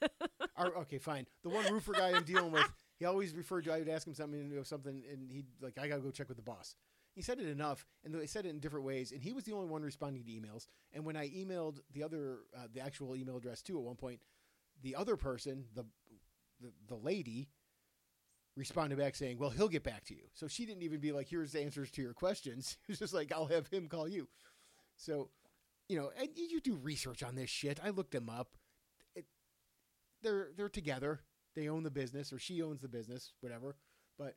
S1: it? <laughs> Our, okay, fine. The one roofer guy I'm dealing with, he always referred to. I would ask him something, you know, something, and he'd like, "I got to go check with the boss." He said it enough, and they said it in different ways, and he was the only one responding to emails. And when I emailed the other, uh, the actual email address too, at one point, the other person, the the, the lady, responded back saying, "Well, he'll get back to you." So she didn't even be like, "Here's the answers to your questions." <laughs> She was just like, "I'll have him call you." So, you know, and you you do research on this shit. I looked them up. It, they're they're together. They own the business, or she owns the business, whatever. But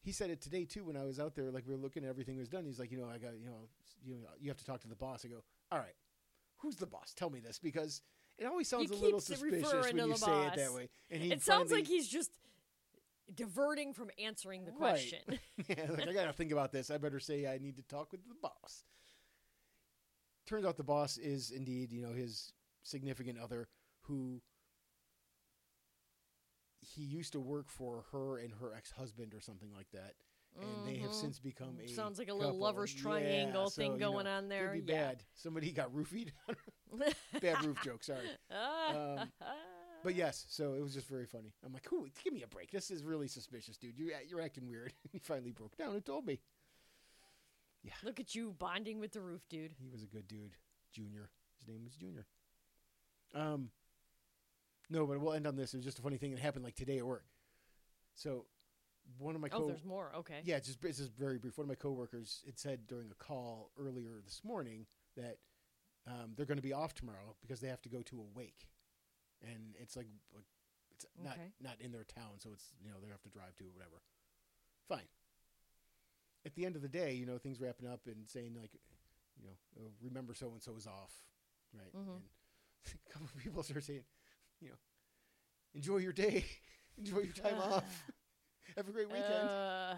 S1: he said it today too when I was out there. Like we were looking at everything that was done. He's like, you know, I got you know, you know, you have to talk to the boss. I go, all right, who's the boss? Tell me this because it always sounds a little
S2: keeps
S1: suspicious when
S2: referring to
S1: you
S2: the
S1: say it that
S2: boss.
S1: way. And he
S2: it sounds
S1: finally-
S2: like he's just diverting from answering the
S1: Right.
S2: question.
S1: <laughs> yeah, like I gotta think about this. I better say I need to talk with the boss. Turns out the boss is indeed, you know, his significant other who he used to work for her and her ex husband or something like that. And they have
S2: Mhm.
S1: since become a
S2: Sounds like a little
S1: couple.
S2: lovers triangle
S1: Yeah,
S2: thing
S1: so, you
S2: going
S1: know,
S2: on there.
S1: Could be
S2: yeah.
S1: bad. Somebody got roofied. <laughs> bad
S2: <laughs>
S1: roof joke, sorry.
S2: Ah.
S1: Um, But yes, so it was just very funny. I'm like, "Ooh, give me a break. This is really suspicious, dude. You're you're acting weird." <laughs> he finally broke down and told me.
S2: Look at you bonding with the roof dude.
S1: He was a good dude, Junior. His name was Junior. Um, no, but we'll end on this. It was just a funny thing that happened like today at work. So, one of my
S2: oh,
S1: co
S2: there's more. Okay.
S1: yeah, it's just it's just very brief. One of my coworkers had said during a call earlier this morning that um, they're going to be off tomorrow because they have to go to a wake, and it's like like, it's not
S2: Okay.
S1: not in their town, so it's you know they have to drive to or whatever. Fine. At the end of the day, you know things wrapping up and saying like, you know, "Oh, remember so and so is off, right?
S2: Mhm.
S1: And <laughs> a couple of people start saying, you know, enjoy your day, <laughs> enjoy your
S2: <laughs>
S1: time off, <laughs> have a great weekend. <laughs>
S2: Uh,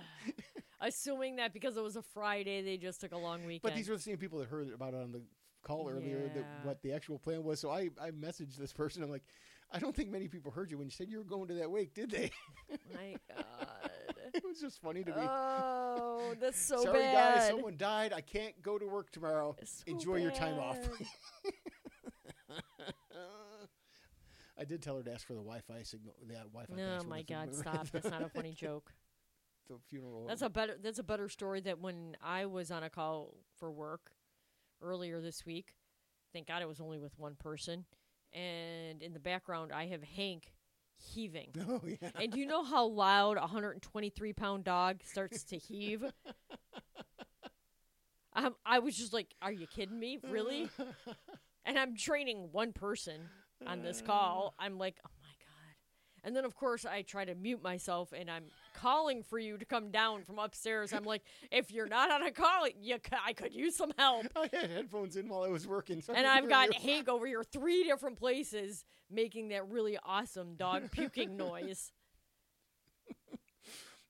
S2: assuming that because it was a Friday, they just took a long weekend.
S1: But these were the same people that heard about it on the call earlier that
S2: Yeah.
S1: what the actual plan was. So I, I messaged this person. I'm like, I don't think many people heard you when you said you were going to that wake, did they? <laughs>
S2: My God.
S1: it was just funny to me.
S2: oh,
S1: <laughs>
S2: that's so
S1: Sorry,
S2: bad.
S1: guys, someone died. I can't go to work
S2: <laughs>
S1: tomorrow.
S2: So
S1: Enjoy your time off. <laughs>
S2: bad.
S1: Uh, I did tell her to ask for the Wi-Fi signal. That Wi-Fi.
S2: No,
S1: password
S2: my
S1: if you
S2: God,
S1: <laughs> remember
S2: stop! That's not a funny joke.
S1: <laughs> the funeral. <laughs>
S2: That's a better. That's a better story. That when I was on a call for work earlier this week, thank God it was only with one person, and in the background I have Hank heaving.
S1: <laughs> No, yeah.
S2: And do you know how loud a 123 pound dog starts
S1: <laughs>
S2: to heave? Um, I was just like, are you kidding me? Really? And I'm training one person on this call.
S1: Mm.
S2: I'm like, oh my God. And then, of course, I try to mute myself and I'm calling for you to come down from upstairs. I'm like, if you're not on a call, you, c- I could use some
S1: <laughs>
S2: help.
S1: <laughs> I had headphones in while I was working. so I
S2: And
S1: couldn't
S2: I've
S1: hear
S2: got
S1: you. <laughs>
S2: Hank over here three different places making that really
S1: <laughs>
S2: awesome dog puking noise.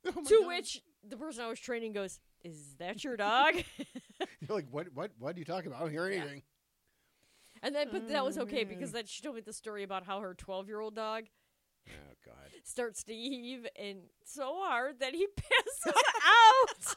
S1: Oh my
S2: to
S1: God.
S2: which the person I was training goes, Is that your dog? <laughs>
S1: You're like, what? What? What are you talking about? I don't hear
S2: Yeah.
S1: anything.
S2: and then, but that was
S1: Oh,
S2: okay
S1: man.
S2: because then she told me the story about how her 12 year old dog
S1: Oh God.
S2: starts to heave and so hard that he
S1: <laughs>
S2: <laughs> passes out.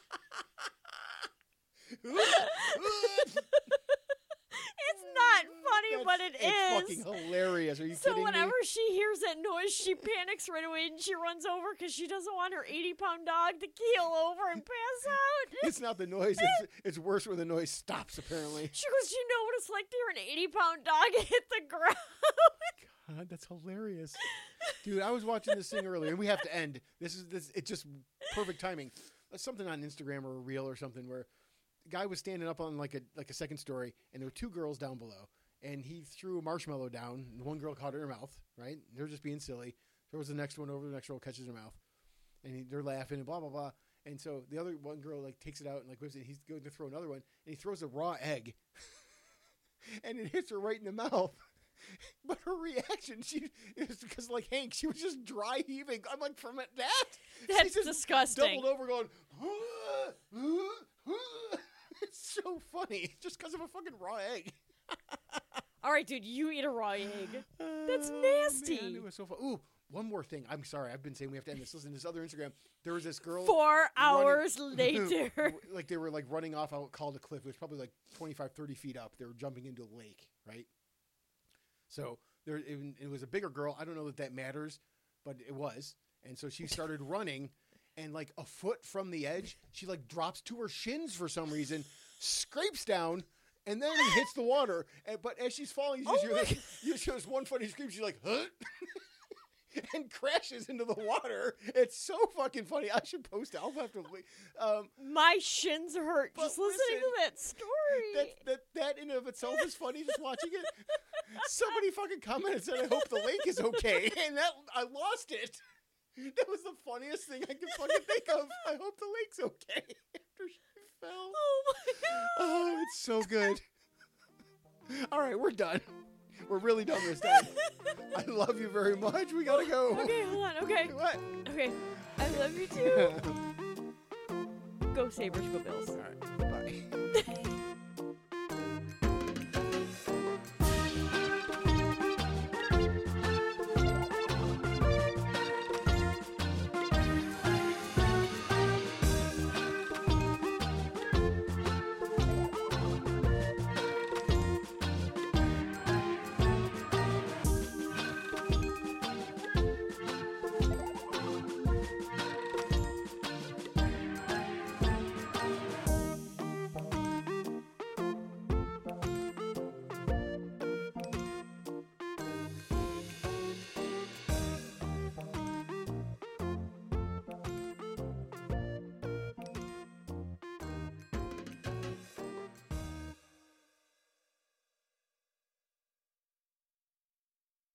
S1: <laughs>
S2: <laughs>
S1: it's
S2: It's not funny, but it
S1: Mm, it's
S2: is.
S1: fucking hilarious. Are you
S2: So
S1: kidding
S2: whenever
S1: me?
S2: she hears that noise, she panics right away and she runs over because she doesn't want her 80 pound dog to keel over and
S1: <laughs>
S2: pass out.
S1: It's not the noise. It's, it's worse when the noise stops. Apparently.
S2: <laughs> She goes, You know what it's like to hear an 80 pound dog <laughs> hit the ground?
S1: God, Uh, that's
S2: <laughs>
S1: hilarious, dude. I was watching this thing earlier, and we have to end. This is this. It's just perfect timing. Uh, Something on Instagram or a reel or something where the guy was standing up on like a like a second story, and there were two girls down below, and he threw a marshmallow down. And one girl caught it in her mouth. Right? They're just being silly. There was the next one over. The next girl catches her mouth, and he, they're laughing and blah blah blah. And so the other one girl like takes it out and like whips it. He's going to throw another one, and he throws a raw egg, <laughs> and it hits her right in the mouth. <laughs> But her reaction, she it was because like Hank, she was just dry heaving. I'm like from it- that.
S2: That's
S1: she just
S2: disgusting.
S1: doubled over, going. <laughs> it's so funny, <laughs> just because of a fucking raw egg.
S2: All right, dude, you eat a raw egg. That's
S1: Oh, Man,
S2: nasty.
S1: it was so fun. Ooh, one more thing. I'm sorry, I've been saying we have to end this. Listen, this other Instagram. There was this girl. <laughs>
S2: Four hours
S1: running- <laughs>
S2: later.
S1: like they were like running off out called a cliff it was probably like 25 30 feet up they were jumping into a lake right so there it, it was a bigger girl i don't know that that matters but it was and so she
S2: <laughs>
S1: started running and like a foot from the edge she like drops to her shins for some reason scrapes down and then hits the water and, but as she's falling you just
S2: Oh
S1: hear
S2: my <laughs>
S1: like, you just hear this one funny scream she's like huh <laughs> and crashes into the water it's so fucking funny i should post it i'll have to link- um,
S2: My shins hurt
S1: But
S2: just listening to
S1: listen,
S2: that story.
S1: that that that in and of itself is funny just watching it. Somebody fucking commented said, "I hope the lake is okay," <laughs> and that I lost it. That was the funniest thing I could fucking think of. I hope the lake's okay <laughs> after she fell.
S2: oh my god.
S1: <laughs> Oh, it's so good. All right, we're done. We're really done this time.
S2: <laughs>
S1: I love you very much. We gotta go.
S2: Okay, hold on. Okay.
S1: What?
S2: Okay. I love you too. Go Sabres, go Bills.
S1: All right. Bye.